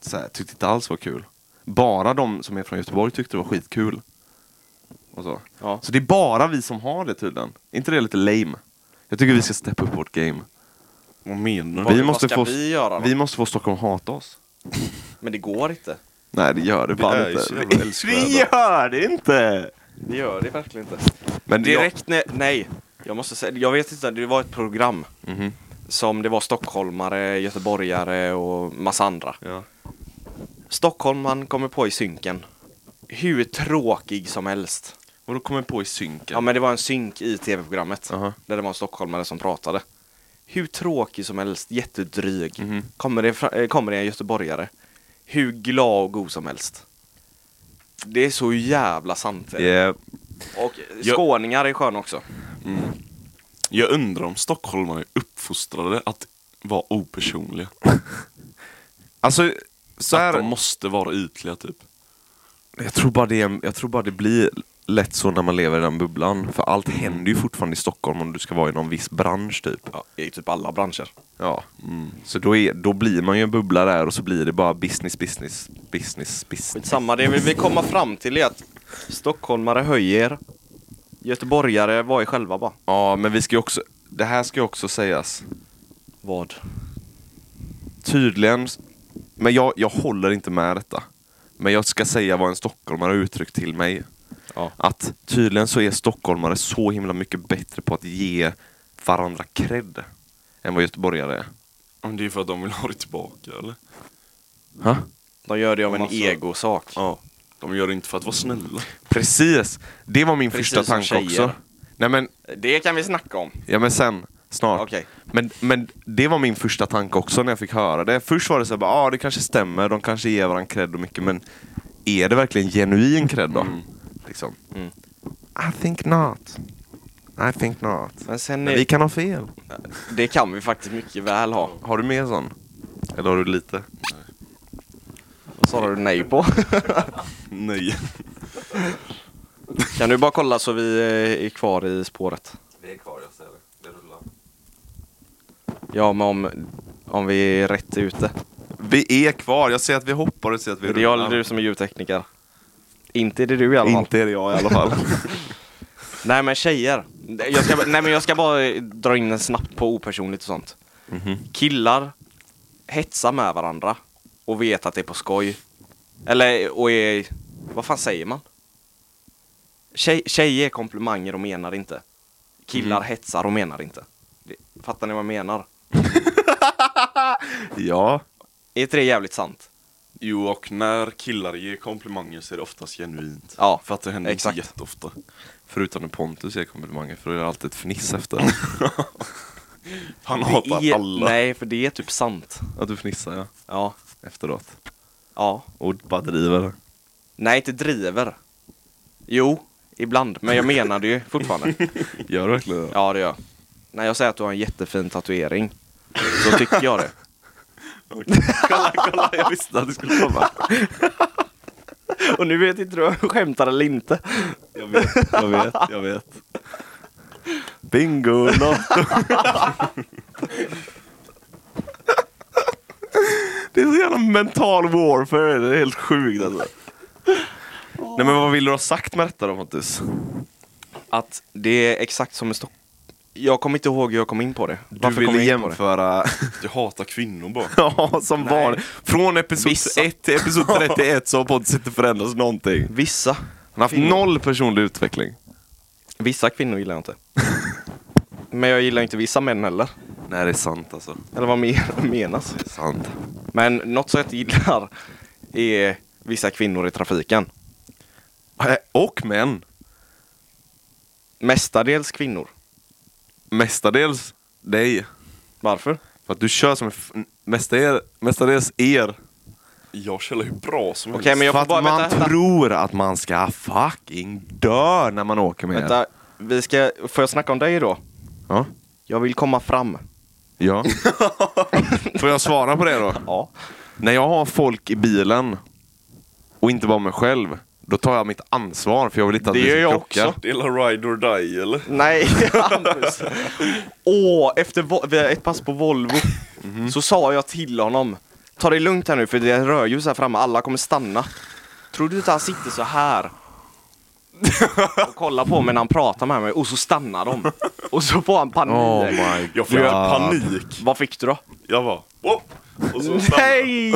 A: så här, tyckte inte alls var kul. Bara de som är från Göteborg tyckte det var skitkul. Och så.
B: Ja.
A: så det är bara vi som har det tydligen. Är inte det lite lame? Jag tycker vi ska steppa upp vårt game.
C: Mm. Vad menar
A: Vi
C: du?
B: Vad- vad
A: måste
B: ska
A: få-
B: vi göra då?
A: Vi måste få Stockholm att hata oss.
B: Men det går inte.
A: Nej det gör det
C: Vi
A: fan
C: är ju
A: inte.
C: så jävla älskvärda.
A: gör det inte!
B: Det gör det verkligen inte.
A: Men
B: Direkt nej, nej. Jag måste säga, jag vet inte, det var ett program.
A: Mhm.
B: Som det var stockholmare, göteborgare och massa andra.
A: Ja.
B: Stockholmaren kommer på i synken. Hur tråkig som helst.
A: Och då kommer jag på i synken.
B: Ja men det var en synk i tv-programmet.
A: Aha.
B: Där det var en stockholmare som pratade. Hur tråkig som helst, jättedryg.
A: Mhm.
B: Kommer, det, fra- eh, kommer det en göteborgare. Hur glad och god som helst. Det är så jävla sant. är det.
A: Eh,
B: Och skåningar är sköna också.
C: Jag undrar om stockholmare är uppfostrade att vara opersonliga.
A: alltså, så
C: Att de
A: här,
C: måste vara ytliga typ.
A: jag, tror bara det, är- jag tror bara det blir lätt så när man lever i den bubblan. För allt händer ju fortfarande i Stockholm om du ska vara i någon viss bransch typ.
B: Ja, I typ alla branscher.
A: Ja. Så då, är, då blir man ju en bubbla där och så blir det bara business, business, business, business.
B: Samma, det vi vill komma fram till är att stockholmare höjer. Göteborgare var är själva bara.
A: Ja men vi ska ju också, det här ska ju också sägas.
B: Vad?
A: tydligen, men jag, jag håller inte med detta. Men jag ska säga vad en stockholmare har uttryckt till mig.
B: Ja.
A: Att tydligen så är stockholmare så himla mycket bättre på att ge varandra cred än vad göteborgare är.
C: Men det är för att de vill ha det tillbaka eller?
A: Ha?
B: De gör det av en
C: Massa-
B: egosak.
C: Ja. De gör det inte för att vara snälla.
A: Precis! Det var min
B: Precis
A: första
B: som
A: tanke
B: tjejer.
A: också. Nej men,
B: Det kan vi snacka om.
A: ja men sen, snart.
B: Okej.
A: Men, men det var min första tanke också när jag fick höra det. Först var det såhär, ja ah, det kanske stämmer, de kanske ger varandra cred och mycket men är det verkligen genuin cred då? Liksom.
B: Mm.
A: I think not. I think not.
B: Men sen
A: Men
B: är,
A: vi kan ha fel.
B: det kan vi faktiskt mycket väl ha.
A: Har du mer sån? Eller har du lite?
B: Vad svarar du nej på?
C: Nej.
B: kan du bara kolla så vi eh, är kvar i spåret?
A: Det är kvar, jag ser det. Det rullar.
B: Ja, men om, om vi är rätt ute.
A: Vi är kvar, jag ser att vi hoppar och ser att vi
B: Det är jag eller du som är ljudtekniker. Inte är det du i alla fall.
A: Inte är det jag i alla fall.
B: Nej men tjejer. Jag ska, nej men jag ska bara eh, dra in en snabbt på opersonligt och sånt.
C: Mhm.
B: Killar hetsar med varandra och vet att det är på skoj. Eller och är, vad fan säger man? Tjej, tjejer är komplimanger och menar inte. Killar
C: Mhm.
B: hetsar och menar inte. Det, fattar ni vad jag menar?
A: ja.
B: Är inte det jävligt sant?
C: Jo, och när killar ger komplimanger så är det oftast genuint.
B: Ja,
C: För att det händer
B: exakt.
C: inte jätteofta.
A: Förutom när Pontus ger komplimanger, för då är det alltid ett fniss efter.
C: Han hatar
B: Det är-
C: alla.
B: Nej, för det är typ sant.
A: Att du fnissar ja,
B: Ja,
A: efteråt.
B: ja.
A: Och bara driver.
B: Nej, inte driver. Jo, ibland. Men jag menar det ju fortfarande.
A: Gör du verkligen det?
B: Ja, det gör jag. När jag säger att du har en jättefin tatuering, så tycker jag det.
A: kolla, kolla, jag visste att du skulle komma.
B: Och nu vet inte du om jag skämtar eller inte.
A: Jag vet, jag vet, jag vet. Bingo Lotto. Det är så jävla mental warfare, det är helt sjukt alltså. Nej men vad vill du ha sagt med detta då Pontus?
B: Att det är exakt som i Stockholm. Jag kommer inte ihåg hur jag kom in på det.
A: Du
B: kom
A: ville
B: jag in på det?
A: jämföra,
C: Du hatar kvinnor bara.
A: ja som vanligt. Från episod
B: Vissa.
A: 1 till episod 31 så har Pontus inte förändrats någonting.
B: Vissa.
A: Han har haft
B: Kvinnor.
A: noll personlig utveckling.
B: Vissa kvinnor gillar jag inte. Men jag gillar inte vissa män heller.
A: Nej det är sant alltså.
B: Eller vad men- menas?
A: Det är sant.
B: Men något som jag inte gillar är vissa kvinnor i trafiken.
A: Eh, Och män.
B: Mestadels kvinnor.
A: Mestadels dig.
B: Varför?
A: För att du kör som en f- mestadels, mestadels er.
C: Jag kör hur bra som helst.
B: Okej, men jag
A: För
B: får
A: att
B: bara...
A: man
B: vänta, vänta,
A: tror att man ska fucking dö när man åker med er.
B: vänta. Vi ska... Får jag snacka om dig då?
A: Ja.
B: Jag vill komma fram.
A: ja. Får jag svara på det då?
B: Ja.
A: När jag har folk i bilen och inte bara mig själv, då tar jag mitt ansvar för jag vill inte att
B: Det
A: vi
B: gör
A: ska
B: jag
A: krocka.
B: också.
C: Det är la ride or die eller?
B: Nej, Hampus. Åh, efter vo- vi har ett pass på Volvo
A: Mhm.
B: så sa jag till honom. Ta det lugnt här nu för det är rödljus här framme, alla kommer stanna. Tror du inte han sitter så här? Och kollar på mig när han pratar med mig och så stannar de. Och så får han panik.
A: Oh my
C: Jag får
A: God.
C: panik.
B: Vad fick du då?
C: Jag bara, oh! Och så stannar.
B: Nej!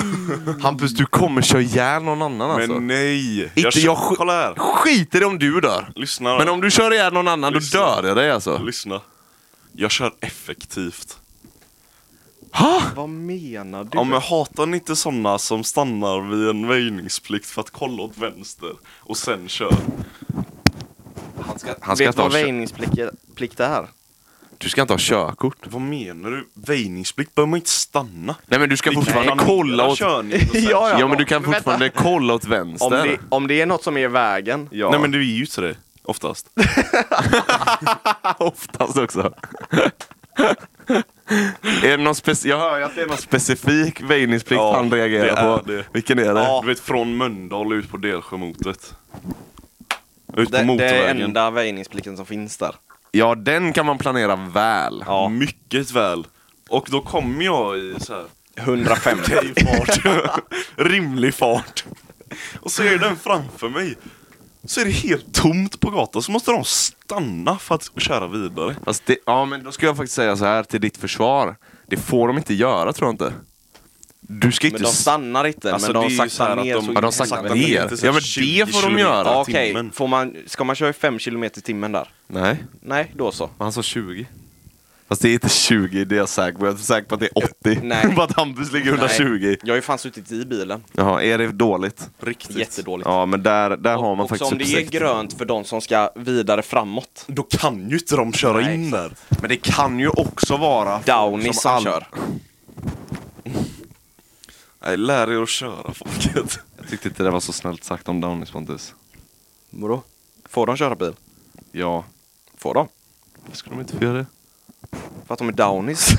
A: Hampus, du kommer köra ihjäl någon annan alltså.
C: Men nej!
A: Inte jag
C: kö-
A: sk-
C: Kolla här!
A: Skiter i om du dör.
C: Lyssna då.
A: Men om du kör ihjäl någon annan, då
C: Lyssna.
A: dör jag dig alltså.
C: Lyssna. Jag kör effektivt.
B: Vad menar du?
C: Ja men hatar ni inte sådana som stannar vid en väjningsplikt för att kolla åt vänster och sen kör?
B: han ska,
A: han ska
B: vet
A: ta
B: du vad
A: kö-
B: väjningsplikt är?
A: Du ska inte ha körkort.
C: Vad menar du? Väjningsplikt behöver man inte stanna.
A: Nej men du ska
C: Det
A: fortfarande
C: kan man
A: kolla
C: hela
A: åt...
C: körningen och sen-
B: Ja,
A: Ja men du kan
B: Men vänta.
A: fortfarande kolla åt
B: Om
A: vänster.
B: det, om det är något som är i vägen.
A: Ja.
C: Nej men det är ju inte det, oftast.
A: Oftast också. är det någon speci- jag hör ju att det är någon specifik väjningsplikt
C: Ja,
A: han
C: det
A: reagerar
C: är
A: på.
C: det.
A: Vilken är det?
C: Du vet från Mölndal ut på Delsjömotet. Ut på
B: Det, det är
C: motorvägen.
B: enda väjningsplikten som finns där.
A: Ja den kan man planera väl.
B: Ja.
C: Mycket väl. Och då kommer jag i så här
B: 150.
C: okej fart. Rimlig fart. Och så är den framför mig. Så är det helt tomt på gatan så måste de stanna för att köra vidare.
A: Fast det, ja men då ska jag faktiskt säga så här till ditt försvar. Det får de inte göra tror jag inte. Du ska inte...
B: Men de
A: s-
B: stannar inte,
C: Alltså,
B: men
C: det är
B: de
C: ju så
B: saktar
C: här att
B: ner
C: de-
B: så
A: ja, de
B: in i
A: saktar
B: helvete.
A: ner.
C: inte så
A: Ja men
C: 20
A: det får de göra.
B: Ja,
C: Ja,
B: okej,
C: timmen.
B: Får man, ska man köra i 5 km i timmen där?
A: Nej,
B: Nej, då så.
A: men han sa 20. Fast det är inte 20, det är jag säker på. Jag är säker på att det är 80.
B: Nej.
A: Bara att Hampus ligger under 20.
B: Nej, jag har ju fan suttit i bilen.
A: Jaha, är det dåligt?
C: Riktigt.
B: Jättedåligt.
A: Ja, men där, där har man
B: och
A: faktiskt
B: om det är
A: uppsikt.
B: grönt för de som ska vidare framåt.
C: Då kan ju inte de köra
B: Nej,
C: in där.
A: Men det kan ju också vara... folk
B: Downy som,
A: all-
B: kör.
C: Nej, lär er att köra folket.
A: Jag tyckte inte det var så snällt sagt om Downies Pontus.
B: Vadå? Får de köra bil?
A: Ja.
B: Får de?
A: Varför skulle de inte få göra det?
B: För att de är downies?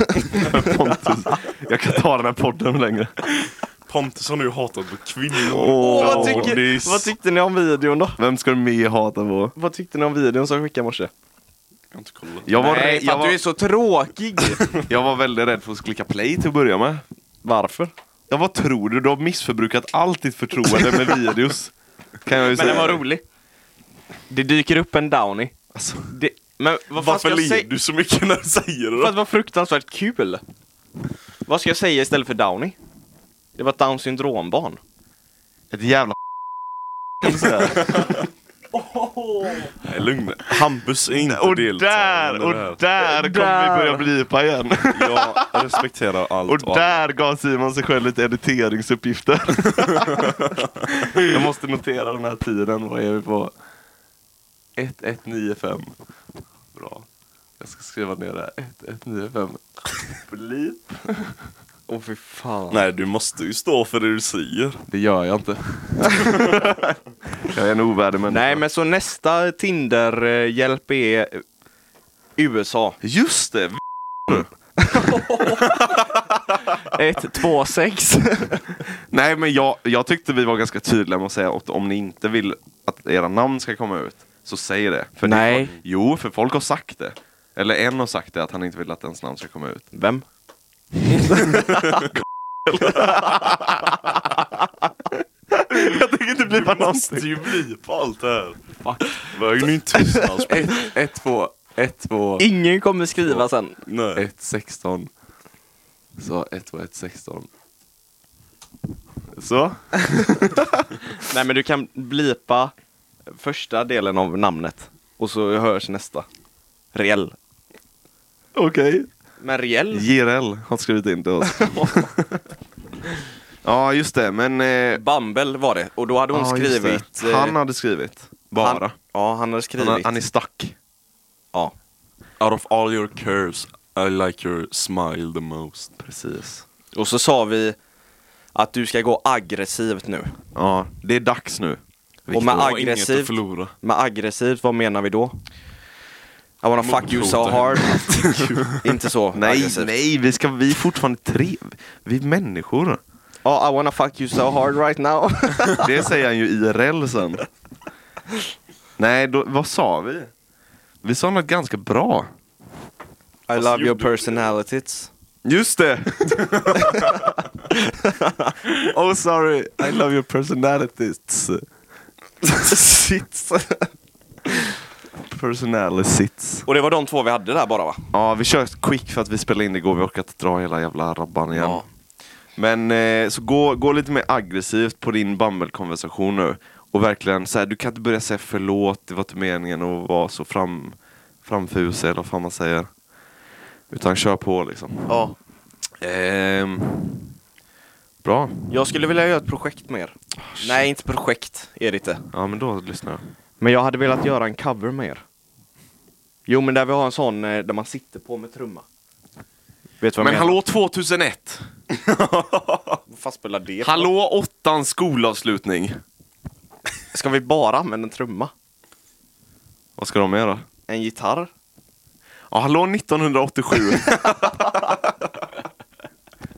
A: Men Pontus, jag kan ta den här podden längre.
C: Pontus har nu hatat på kvinnor.
A: Åh, vad tycker-
C: det är
B: vad tyckte ni om videon då?
A: Vem ska du mer hata på?
B: Vad tyckte ni om videon som jag skickade i morse?
C: Jag har inte kollat.
A: Jag var,
B: Nej,
A: Nej,
B: för
A: jag,
B: att du är
A: var,
B: så tråkig!
A: jag var väldigt rädd för att klicka play till att börja med.
B: Varför?
A: Ja, vad tror du? Du har missförbrukat allt ditt förtroende med videos. Kan jag ju
B: Men
A: säga.
B: den var rolig. Det dyker upp en Downy.
A: Alltså,
B: Det, men vad fan ska
C: Varför
B: jag
C: ler
B: säga?
C: du så mycket när du säger det
B: För att
C: då?
B: det var fruktansvärt kul. Vad ska jag säga istället för Downy? Det var ett Downs syndrombarn.
A: ett jävla
C: Nej, lugn. Hampus är inte
A: Och
C: deltagare i
A: där,
C: det här.
A: och där kommer vi börja blipa igen.
C: Jag respekterar allt
A: Och
C: och alla.
A: där gav Simon sig själv lite editeringsuppgifter. Jag måste notera den här tiden. Vad är vi på? 1195. Bra. Jag ska skriva ner det här. 1195. Blip.
B: Åh fy fan.
C: Nej, du måste ju stå för det du säger.
A: Det gör jag inte. jag är en ovärdig människa.
B: Nej men så nästa Tinder-hjälp är eh, USA.
C: Just det!
B: Ett, två, sex.
A: Nej, men jag, jag tyckte vi var ganska tydliga med att säga att om ni inte vill att era namn ska komma ut, så säg det. För det-
B: Nej.
A: jo, för folk har sagt det. Eller en har sagt det, att han inte vill att ens namn ska komma ut.
B: Vem?
C: Jag tänker inte bli på måste ju bli på allt det här. Vägen är ju tystnadsplikt.
A: 1, 2, 1, 2,
B: Ingen kommer skriva sen.
C: Nej.
A: 1, 16. Så 1, 2, 1, 16. Så.
B: Nej men du kan blipa första delen av namnet. Och så hörs nästa. Riell.
A: Okej.
B: Men Riell?
A: JRL har skrivit in till oss. ja, just det. Men... Eh,
B: Bumble var det. Och då hade hon
A: ja, just
B: skrivit...
A: det.
B: eh,
A: Han hade skrivit. Bara.
B: Han, ja, han hade
A: Han,
B: skrivit.
A: han, han är stack.
B: ja.
C: Out of all your curves, I like your smile the most.
A: Precis.
B: Och så sa vi att du ska gå aggressivt nu.
A: Ja, det är dags nu.
B: och med
C: Du har Inget att
B: aggressivt,
C: förlora.
B: med aggressivt, vad menar vi då? I wanna fuck you so
C: Mothoten.
B: hard. Inte så
A: Nej,
B: aggressivt.
A: nej, vi, ska, vi är fortfarande tre. Vi är människor.
B: Ja, I wanna fuck you so hard right now.
A: Det säger han ju IRL sen. Nej, då, vad sa vi? Vi sa något ganska bra.
B: I love your personalities.
A: Just det! oh sorry, I love your personalities. Sits. Personalisits.
B: Och det var de två vi hade där bara va?
A: Ja, vi kör quick för att vi spelade in igår. Vi orkar inte dra hela jävla rabban igen.
B: Ja.
A: Men eh, så gå, gå lite mer aggressivt på din Bumble-konversation nu. Och verkligen så här, du kan inte börja säga förlåt, det var inte meningen att vara så fram, framfusig eller vad fan man säger. Utan kör på liksom.
B: Ja.
A: Ehm, bra.
B: Jag skulle vilja göra ett projekt med er. Nej, inte projekt är det inte.
A: Ja men då lyssnar jag.
B: Men jag hade velat göra en cover med er. Jo, men där vi har en sån eh, där man sitter på med trumma. Vet du
A: Men
B: vad jag menar?
A: hallå 2001!
B: Fast spela det.
A: Hallå åttans skolavslutning!
B: Ska vi bara använda en trumma?
A: Vad ska de göra?
B: En gitarr?
A: Ja, hallå 1987!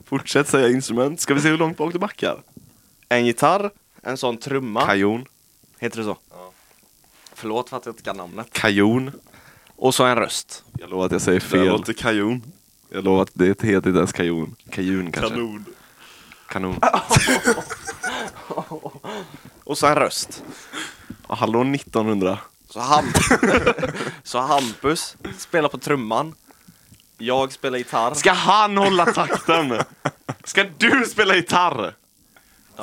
A: Fortsätt säga instrument, ska vi se hur långt bak du backar?
B: En gitarr? En sån trumma?
A: Kajon.
B: Heter det så? Förlåt för att jag inte kan namnet.
A: Kajon.
B: Och så en röst.
A: Jag lovar att jag säger
C: Det
A: fel.
C: låter kajon.
A: Jag lovar att det heter inte ens kajon. Kajun kanske.
C: Kanon.
A: Kanon.
B: Ah! Och så en röst.
A: Ah, hallå 1900.
B: Så, Hamp så Hampus spelar på trumman. Jag spelar gitarr.
A: Ska han hålla takten? Ska du spela gitarr?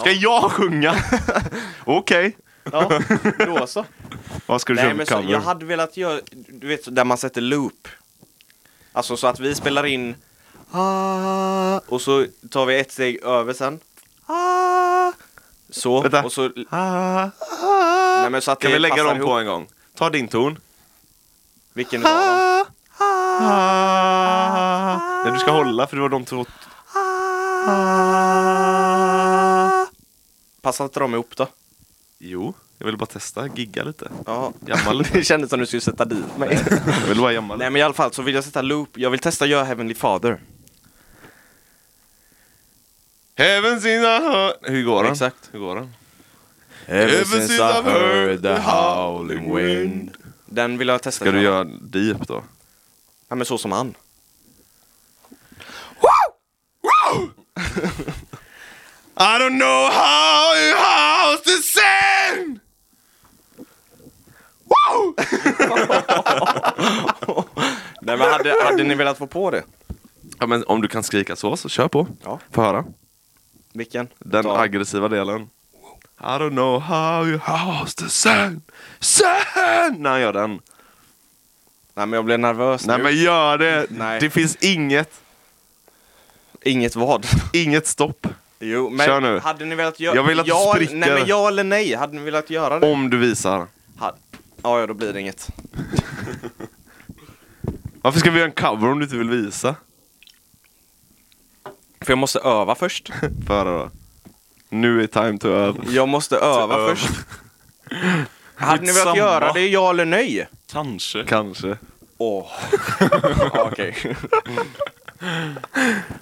A: Ska jag sjunga? Okej.
B: Ja, då så.
A: Vad ska du
B: Nej,
A: köra för
B: men så,
A: cover?
B: jag hade velat göra, du vet, så där man sätter loop. Alltså så att vi spelar in ah, och så tar vi ett steg över sen. Ah, så,
A: Vänta.
B: och så...
A: Ah,
B: Nej, men så att
A: kan
B: det
A: vi lägga
B: passar
A: dem
B: ihop.
A: på en gång? Ta din ton.
B: Vilken utav dem? ah.
A: Ah. Nej, du ska hålla för det var de två.
B: Passar inte de ihop då?
A: Jo, jag ville bara testa, gigga lite.
B: Ja.
A: Jamma lite.
B: Det kändes som du skulle sätta dit mig.
A: Jag ville bara jamma lite.
B: Nej men i alla fall så vill jag sätta loop, jag vill testa göra Heavenly Father.
A: Heaven's in the heart. Hur går den?
B: Exakt.
A: Hur går den?
B: Ever
C: since I've heard the howling wind.
B: Den vill jag testa
A: Ska du göra deep då?
B: Ja men så som han.
A: I don't know how you house the sand Wow!
B: Nej men hade, hade ni velat få på det?
A: Ja, men om du kan skrika så, så kör på.
B: Ja.
A: Få höra.
B: Vilken?
A: Den
B: Ta.
A: aggressiva delen. I don't know how you house the sun. Sun! När han gör den.
B: Nej men jag blev nervös
A: Nej
B: nu.
A: men gör det!
B: Nej.
A: Det finns inget,
B: Inget vad.
A: inget stopp.
B: Jo, men
A: Kör nu.
B: hade ni velat göra...
A: Jag vill att du
B: ja,
A: spricker.
B: Nej men ja eller nej, hade ni velat göra det?
A: Om du visar.
B: Had... Ja, ja, då blir det inget.
A: Varför ska vi göra en cover om du inte vill visa?
B: För jag måste öva först.
A: Få höra då. Nu är time to öva.
B: Jag måste öva
C: öva.
B: först. Hade ni
C: Skitsamma.
B: velat göra det, ja eller nej?
C: Kanske.
A: Kanske.
B: Åh. Ja, Okej.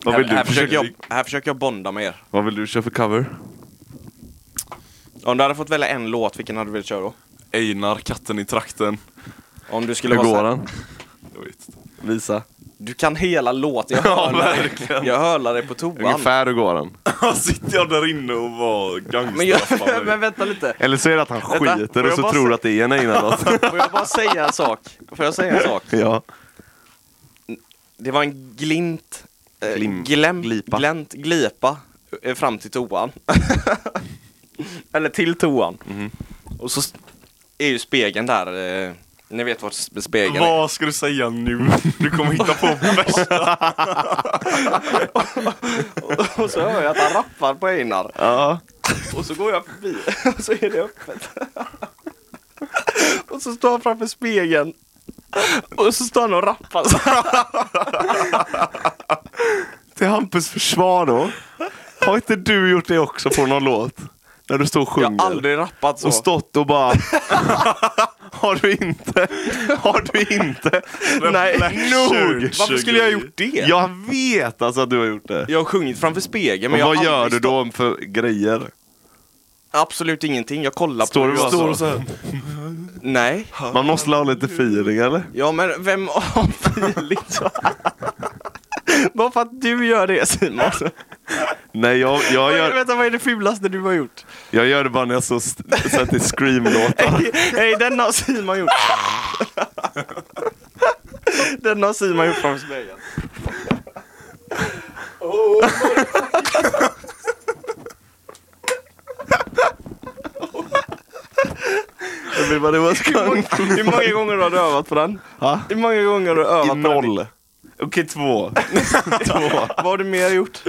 A: Vad vill,
B: Här, här,
A: du,
B: försöker jag, här försöker jag bonda med er.
A: vad vill du köra för cover?
B: Om du hade fått välja en låt, vilken hade du velat köra då?
C: Einar, katten i trakten.
B: Om du skulle
A: Hur
B: vara
A: går
B: så här-
A: den?
C: Jag vet inte.
A: Visa.
B: Du kan hela låten, jag hörlar dig. Jag hörlar dig på toan.
A: Ungefär hur går den?
C: Sitter jag där inne och var
B: Men, jag,
C: gangsterrappare?
B: men vänta lite.
A: Eller så är det att han
B: Vänta, får
A: skiter och
B: jag
A: så
B: bara
A: tror
B: se-
A: att det är en Einar-låt.
B: Får jag bara säga en sak? Får jag säga en sak?
A: ja.
B: Det var en glint, eh,
A: Glim-
B: gläm,
A: glipa.
B: glänt, glipa eh, fram till toan. Eller till toan.
A: Mhm.
B: Och så s- är ju spegeln där, eh, ni vet vad s- spegeln är.
C: Vad ska du säga nu? Du kommer hitta på värsta...
B: Och- Och så hör jag att han rappar på Einar.
A: ja.
B: Och så går jag förbi och så är det öppet. Och så står han framför spegeln. Och så står han och rappar. så här.
A: Till Hampus försvar då. Har inte du gjort det också på någon låt? När du står och
B: Jag
A: sjunger?
B: har aldrig rappat så.
A: och stått och bara... har du inte? Har du inte? Nej,
C: Black
A: nog!
C: Church.
B: Varför skulle jag ha gjort det?
A: Jag vet alltså att du har gjort det.
B: Jag har sjungit framför spegeln men
A: Men
B: jag har
A: vad gör
B: aldrig
A: du
B: stått-
A: då för grejer?
B: Absolut ingenting, jag kollar
A: Står
B: på
A: du bara
B: Johan.
A: så?
B: Nej.
A: Man måste ha lite feeling eller?
B: Ja men vem har feeling så? Bara för att du gör det Simon.
A: Nej, jag, jag, gör,
B: Vänta vad är det fulaste du har gjort?
A: jag gör det bara när jag så, så att det är scream-låtar.
B: Hej, hej, den har Simon gjort. den har Simon gjort framför spegeln.
A: Jag vill bara det var skönt.
B: Hur många gånger har du övat på den?
A: Ha?
B: Hur många gånger har du övat
A: I
B: på den?
A: noll. Okej, två. två.
B: Vad har du mer gjort?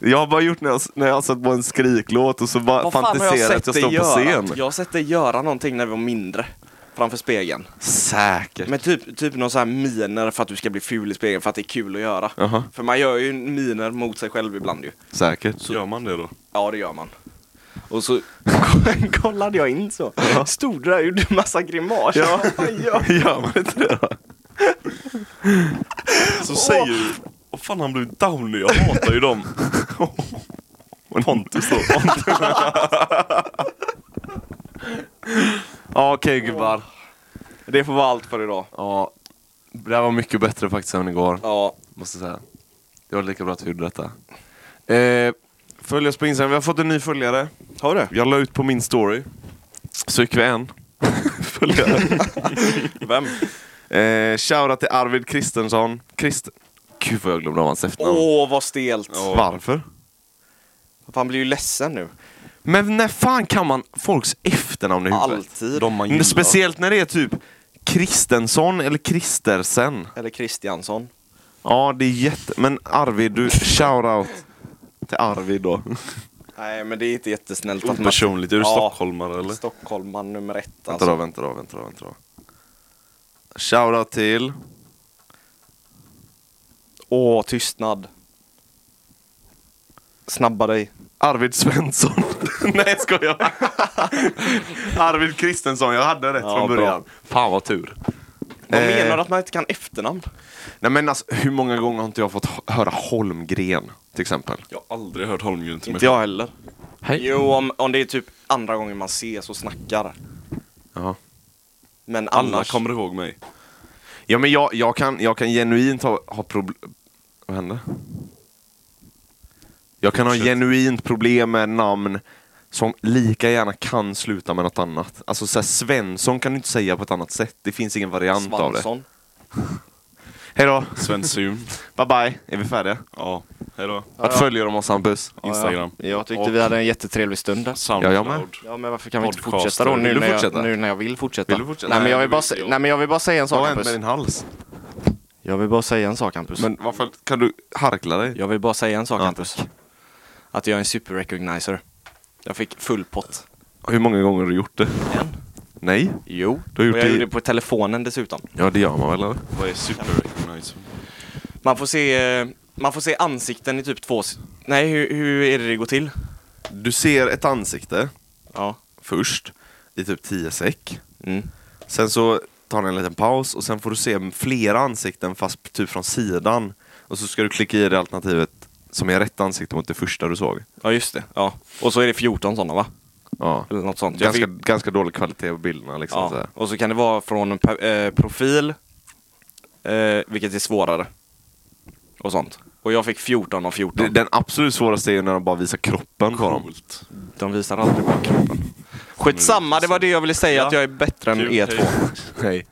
A: Jag har bara gjort när jag, när jag har satt på en skriklåt och så bara
B: Vad fan har jag
A: fantiserat
B: sett
A: att jag
B: dig
A: står på
B: göra?
A: scen.
B: Jag har sett dig göra någonting när vi var mindre. Framför spegeln.
A: Säkert.
B: Men typ, typ någon sån här miner för att du ska bli ful i spegeln för att det är kul att göra.
A: Jaha.
B: För man gör ju miner mot sig själv ibland ju.
A: Säkert.
C: Gör man det då?
B: Ja, det gör man. Och så kollade jag in så. Stod där och gjorde massa grimaser.
A: Ja.
B: Vad fan gör
A: Gör man inte det då?
C: Så säger du... Vad fan han blev downy, jag hatar ju dem. Pontus då.
A: Ja, okej gubbar.
B: Det får vara allt för idag.
A: Ja, det här var mycket bättre faktiskt än igår.
B: Ja,
A: Måste säga. Det var lika bra att vi gjorde detta. Eh, följ oss på Instagram. Vi har fått en ny följare.
B: har du?
A: Jag la ut på min story. Så fick vi en följare.
B: Vem?
A: Eh, shoutout till Arvid Kristensson. Krist... Gud vad jag glömde av hans efternamn.
B: Åh, vad stelt.
A: Varför?
B: Han blir ju ledsen nu.
A: Men när fan kan man folks efternamn i huvudet?
B: Alltid.
C: De man gillar.
A: Speciellt när det är typ Kristensson eller Kristersen.
B: Eller Kristiansson.
A: Ja, det är jätte... Men Arvid, du shoutout till Arvid då.
B: Nej, men det är inte jättesnällt att man...
C: Opersonligt, är du
B: Ja.
C: stockholmare eller?
B: Stockholmman nummer ett
A: Vänta
B: alltså.
A: då, vänta då, vänta då, vänta då. Shoutout till...
B: Åh, tystnad. Snabba dig.
A: Arvid Svensson. Nej, jag skojar. Arvid Kristensson, jag hade rätt
B: Ja,
A: från
B: bra.
A: början. Fan vad tur.
B: Vad
A: Eh.
B: menar du att man inte kan efternamn?
A: Nej men alltså, hur många gånger har inte jag fått h- höra Holmgren till exempel?
C: Jag har aldrig hört Holmgren till mig.
B: Inte jag heller.
A: Hej.
B: Jo, om, om det är typ andra gången man ses och snackar.
A: Ja.
B: Men annars...
C: Alla kommer ihåg mig.
A: Ja men jag, jag, kan, jag kan genuint ha, ha problem... Vad hände? Jag kan ha
C: Fortsätt.
A: genuint problem med namn som lika gärna kan sluta med något annat. Alltså så här, Svensson kan du inte säga på ett annat sätt. Det finns ingen variant av det.
B: Svansson.
A: Hej då!
C: Sven Sum.
A: Bye bye! Är vi färdiga?
C: Ja, Eller vad?
A: Att följa dem och Hampus.
C: Instagram.
B: Ja, jag tyckte vi hade en jättetrevlig stund där.
C: Soundcloud.
A: Ja, jag med.
B: Ja men varför kan vi inte
C: Podcaster.
B: fortsätta då nu,
A: Vill du
B: när,
A: fortsätta?
B: Jag, nu när jag vill fortsätta?
A: Vill du fortsätta?
B: Nej men jag vill bara,
A: Nej, det vill
B: sä- nej, men jag vill bara säga en
A: Vad har
B: sak
A: hänt
B: Hampus.
A: med din hals?
B: Jag vill bara säga en sak Hampus.
A: Men varför kan du harkla dig?
B: Jag vill bara säga en sak
A: Ja.
B: Hampus. Att jag är en superrecognizer. Jag fick full pott.
A: Hur många gånger har du gjort det?
B: En.
A: Nej?
B: Jo,
A: Du har gjort
B: och jag
A: det-
B: gjorde det på telefonen dessutom.
A: Ja, det gör man väl eller?
C: Vad är superrecognizer?
B: Man får se, eh, man får se ansikten i typ två... s- Nej, hur, hur är det det går till?
A: Du ser ett ansikte
B: Ja.
A: först i typ 10 sek.
B: Mm.
A: Sen så tar den en liten paus och sen får du se flera ansikten fast typ från sidan. Och så ska du klicka i det alternativet som är rätt ansikte mot det första du såg.
B: Ja, just det. Ja. Och så är det 14 sådana va?
A: Ja.
B: Eller något sånt. Jag
A: Ganska,
B: fick-
A: ganska dålig kvalitet på bilderna liksom. Så
B: ja.
A: här.
B: Och så kan det vara från en pe- eh, profil, eh, vilket är svårare. Och sånt. Och jag fick 14 av 14.
A: Det- Den absolut svåraste är ju när de bara visar kroppen på dem.
C: Coolt.
B: De visar aldrig bara kroppen. Skitsamma, det var det jag ville säga
C: Ja.
B: att jag är bättre än E E2.
C: Kul, hej.
A: Hej.